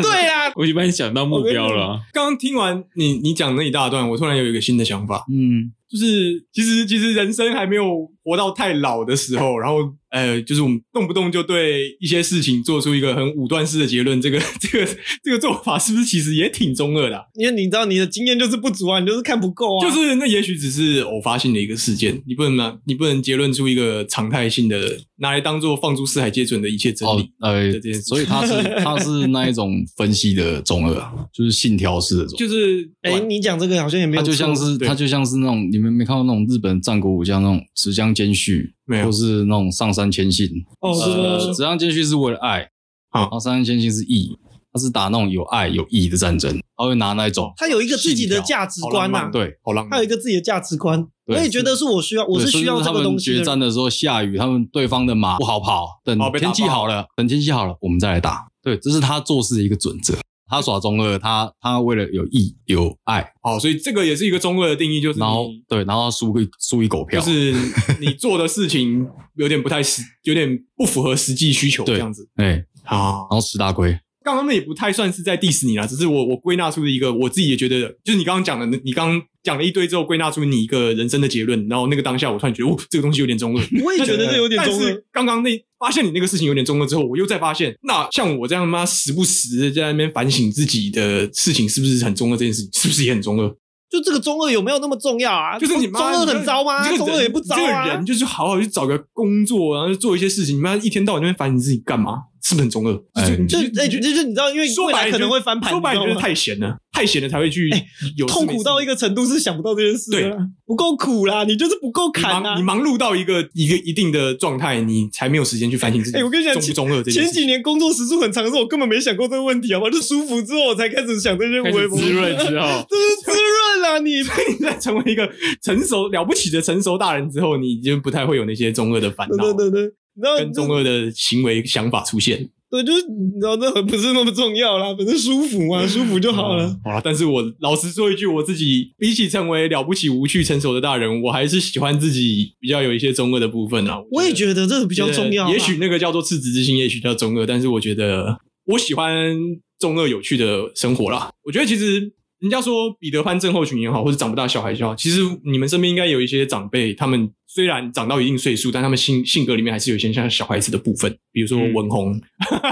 Speaker 3: 对啊啦，
Speaker 4: 我已经帮你想到目标了啊，
Speaker 1: 刚刚听完你你讲那一大段，我突然有一个新的想法，
Speaker 2: 嗯，
Speaker 1: 就是其实其实人生还没有活到太老的时候，然后呃，就是我们动不动就对一些事情做出一个很武断式的结论，这个这个这个做法是不是其实也挺中二的啊、
Speaker 3: 因为你知道你的经验就是不足啊，你就是看不够啊，
Speaker 1: 就是那也许只是偶发性的一个事件，你不能拿你不能结论出一个常态性的拿来当做放诸四海皆准的一切真
Speaker 2: 哦
Speaker 1: 理。，
Speaker 2: 呃
Speaker 1: 这件事，
Speaker 2: 所以他是他是那一种分析的中二啊，就是信条式的中二。
Speaker 1: 就是
Speaker 3: 哎，你讲这个好像也没有
Speaker 2: 他
Speaker 3: 错，
Speaker 2: 就像是
Speaker 1: 对
Speaker 2: 他就像是那种你们没看过那种日本战国武将那种直江兼续，
Speaker 1: 没有
Speaker 2: 或是那种上山谦信。
Speaker 3: 哦，是
Speaker 2: 呃，
Speaker 3: 的啊
Speaker 2: 直江兼续是为了爱，
Speaker 1: 好
Speaker 2: 然后上山谦信是义，他是打那种有爱有义的战争，他会拿那一 种
Speaker 3: 他有一个自己的
Speaker 1: 信条
Speaker 3: 价值
Speaker 1: 好
Speaker 3: 观啊
Speaker 1: 浪
Speaker 3: 呐
Speaker 1: 漫，
Speaker 2: 对
Speaker 1: 好浪漫，
Speaker 3: 他有一个自己的价值观，我
Speaker 2: 对
Speaker 3: 也觉得是我需要，我
Speaker 2: 对
Speaker 3: 是
Speaker 2: 甚
Speaker 3: 需
Speaker 2: 至
Speaker 3: 要这
Speaker 2: 他
Speaker 3: 个东
Speaker 2: 们
Speaker 3: 西
Speaker 2: 决
Speaker 3: 的。
Speaker 2: 战的时候下雨，他们对方的马不好跑，等
Speaker 1: 哦被打
Speaker 2: 天气
Speaker 1: 爆
Speaker 2: 好了，等天气好了，我们再来打。对，这是他做事的一个准则。他耍中二，他他为了有义有爱，
Speaker 1: 好，所以这个也是一个中二的定义，就是
Speaker 2: 然后
Speaker 1: 你
Speaker 2: 对，然后输一输一狗票，
Speaker 1: 就是你做的事情有点不太实，有点不符合实际需求
Speaker 2: 对
Speaker 1: 这样子。
Speaker 2: 哎，然
Speaker 1: 好，
Speaker 2: 后吃大 亏。
Speaker 1: 刚刚那也不太算是在 diss 你啦，只是我我归纳出了一个我自己也觉得，就是你刚刚讲的，你刚刚讲了一堆之后，归纳出你一个人生的结论，然后那个当下我突然觉得，哦，这个东西有点中二。
Speaker 3: 我也 觉得这有点中
Speaker 1: 但
Speaker 3: 二
Speaker 1: 是。刚刚那发现你那个事情有点中二之后，我又再发现，那像我这样妈时不时地在那边反省自己的事情是不是很中二，这件事情是不是也很中二？
Speaker 3: 就这个中二有没有那么重要啊？
Speaker 1: 就是你
Speaker 3: 中
Speaker 1: 妈
Speaker 3: 二很糟吗
Speaker 1: 你？这个
Speaker 3: 中
Speaker 1: 人
Speaker 3: 二也不糟
Speaker 1: 你这
Speaker 3: 啊
Speaker 1: 个。人就是好好去找个工作，然后做一些事情，你妈一天到晚在那边反省自己干嘛？是不是很中二？
Speaker 2: 哎
Speaker 1: 你
Speaker 3: 就哎，就
Speaker 1: 你
Speaker 3: 就你知道，因为
Speaker 1: 说
Speaker 3: 未
Speaker 1: 白
Speaker 3: 来
Speaker 1: 了
Speaker 3: 可能
Speaker 1: 就
Speaker 3: 会翻盘，
Speaker 1: 说白了
Speaker 3: 你
Speaker 1: 就
Speaker 3: 知
Speaker 1: 是
Speaker 3: 道吗
Speaker 1: 太闲了，太闲了才会去
Speaker 3: 哎
Speaker 1: 有事
Speaker 3: 痛
Speaker 1: 没
Speaker 3: 苦
Speaker 1: 事
Speaker 3: 到一个程度是想不到这件事的啦，不够苦啦，你就是不够
Speaker 1: 你
Speaker 3: 砍
Speaker 1: 忙
Speaker 3: 啊
Speaker 1: 你。忙碌到一个一个一定的状态，你才没有时间去反省自己。
Speaker 3: 哎我跟你讲
Speaker 1: 中不中二这件
Speaker 3: 前
Speaker 1: 事情
Speaker 3: 几年工作时数很长的时候，我根本没想过这个问题，好吧？就舒服之后我才开始想这些
Speaker 4: 开
Speaker 3: 微
Speaker 4: 始
Speaker 3: 博，
Speaker 4: 滋润之后，
Speaker 3: 这是滋润啦， 你
Speaker 1: 你在成为一个成熟了不起的成熟大人之后，你就不太会有那些中二的烦恼
Speaker 3: 对对对对，你知道
Speaker 1: 跟中二的行为想法出现。
Speaker 3: 对，就是你知道这很不是那么重要啦，反正舒服嘛，舒服就好了。
Speaker 1: 嗯好了，但是我老实说一句，我自己比起成为了不起无趣成熟的大人，我还是喜欢自己比较有一些中二的部分啊。
Speaker 3: 我也觉得这个比
Speaker 1: 比
Speaker 3: 较重要啦。
Speaker 1: 也许那个叫做赤子之心，也许叫中二，但是我觉得我喜欢中二有趣的生活啦。我觉得其实人家说彼得潘症候群也好，或者长不大小孩也好，其实你们身边应该有一些长辈，他们虽然长到一定岁数，但他们性性格里面还是有一些像小孩子的部分，比如
Speaker 3: 嗯
Speaker 1: 说文宏，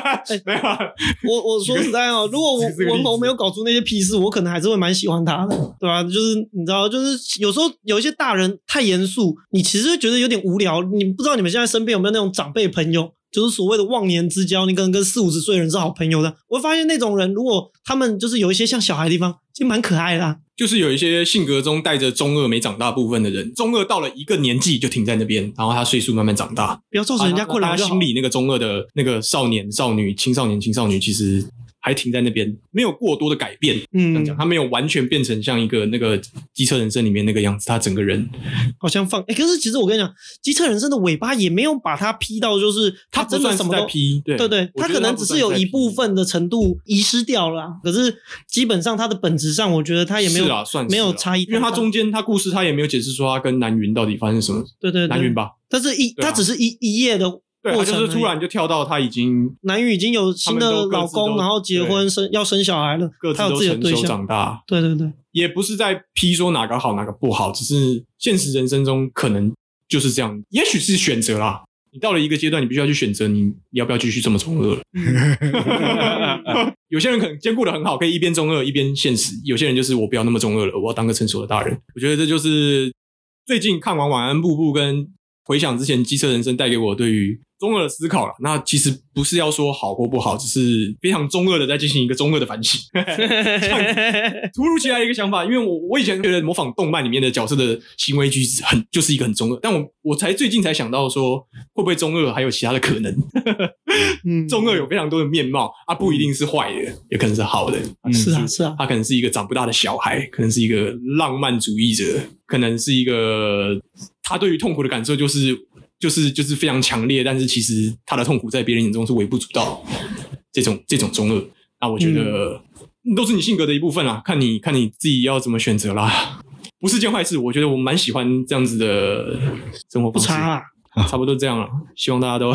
Speaker 3: 哎
Speaker 1: 没有啊，
Speaker 3: 我我说实在哦，如果我
Speaker 1: 举个例子
Speaker 3: 文宏没有搞出那些屁事，我可能还是会蛮喜欢他的，对吧、就是你知道，就是有时候有一些大人太严肃，你其实会觉得有点无聊。你不知道你们现在身边有没有那种长辈朋友，就是所谓的忘年之交，你可能跟四五十岁的人是好朋友的。我会发现那种人，如果他们就是有一些像小孩的地方，其实蛮可爱的、啊。
Speaker 1: 就是有一些性格中带着中二没长大部分的人，中二到了一个年纪就停在那边，然后他岁数慢慢长大，
Speaker 3: 不要造成人家困
Speaker 1: 啊
Speaker 3: 扰
Speaker 1: 大家
Speaker 3: 就好
Speaker 1: 心。里那个中二的那个少年、少女、青少年、青少女，其实还停在那边，没有过多的改变。这样
Speaker 3: 嗯
Speaker 1: 讲，，他没有完全变成像一个那个《机车人生》里面那个样子，他整个人
Speaker 3: 好像放哎、可是其实我跟你讲，机车人生的尾巴也没有把它劈到，就是
Speaker 1: 他不
Speaker 3: 真的
Speaker 1: 算
Speaker 3: 什
Speaker 1: 是
Speaker 3: 么
Speaker 1: 在
Speaker 3: 都
Speaker 1: 批，对
Speaker 3: 对对，
Speaker 1: 我觉得
Speaker 3: 可能只是有一部分的程度遗失掉了啊、可是基本上它的本质上，我觉得它
Speaker 1: 他
Speaker 3: 也没有
Speaker 1: 是啊，算是啊
Speaker 3: 没有差异
Speaker 1: 因为他
Speaker 3: 太大
Speaker 1: 中间他故事他也没有解释说他跟南云到底发生什么，
Speaker 3: 对对
Speaker 1: 南云
Speaker 3: 对，
Speaker 1: 吧，
Speaker 3: 但是一
Speaker 1: 对啊
Speaker 3: 它只是一一夜的
Speaker 1: 对，他
Speaker 3: 过程
Speaker 1: 就
Speaker 3: 而已，
Speaker 1: 是突然就跳到他已经
Speaker 3: 南云已经有新
Speaker 1: 他们
Speaker 3: 的
Speaker 1: 都各自
Speaker 3: 老公，
Speaker 1: 都
Speaker 3: 然后结婚
Speaker 1: 对
Speaker 3: 生要生小孩了
Speaker 1: 各，自
Speaker 3: 他有
Speaker 1: 都
Speaker 3: 自己的
Speaker 1: 成
Speaker 3: 对
Speaker 1: 熟
Speaker 3: 象，
Speaker 1: 长大，
Speaker 3: 对对 对，
Speaker 1: 也不是在批说哪个好哪个不好，只是现实人生中可能就是这样，也许是选择啦。你到了一个阶段，你必须要去选择你要不要继续这么中二了。有些人可能兼顾的很好，可以一边中二一边现实；有些人就是我不要那么中二了，我要当个成熟的大人。我觉得这就是最近看完《晚安，布布》跟回想之前《机车人生》带给我对于中二的思考了。那其实不是要说好或不好，只是非常中二的在进行一个中二的反省。 突如其来一个想法，因为我我以前觉得模仿动漫里面的角色的行为举止很就是一个很中二，但我我才最近才想到说，会不会中二还有其他的可能？
Speaker 3: 嗯，
Speaker 1: 中二有非常多的面貌啊，不一定是坏的，也可能是好的。
Speaker 4: 嗯
Speaker 3: 是啊是啊，
Speaker 1: 他可能是一个长不大的小孩，可能是一个浪漫主义者，可能是一个他对于痛苦的感受就是就是就是非常强烈，但是其实他的痛苦在别人眼中是微不足道。这种这种中二，那我觉得、都是你性格的一部分啦，看你看你自己要怎么选择啦。不是件坏事，我觉得我蛮喜欢这样子的生活
Speaker 3: 不
Speaker 1: 方
Speaker 3: 啊
Speaker 1: 式，
Speaker 3: 差啦，
Speaker 1: 差不多这样了。希望大家都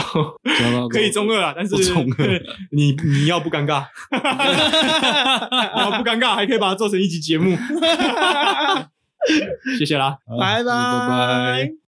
Speaker 1: 可以中二啊啦，但是
Speaker 2: 不中二
Speaker 1: 你你要不尴尬， 然后不尴尬，还可以 把它做成一集节目。谢谢啦。
Speaker 2: 好
Speaker 3: 拜
Speaker 2: 嗯拜拜。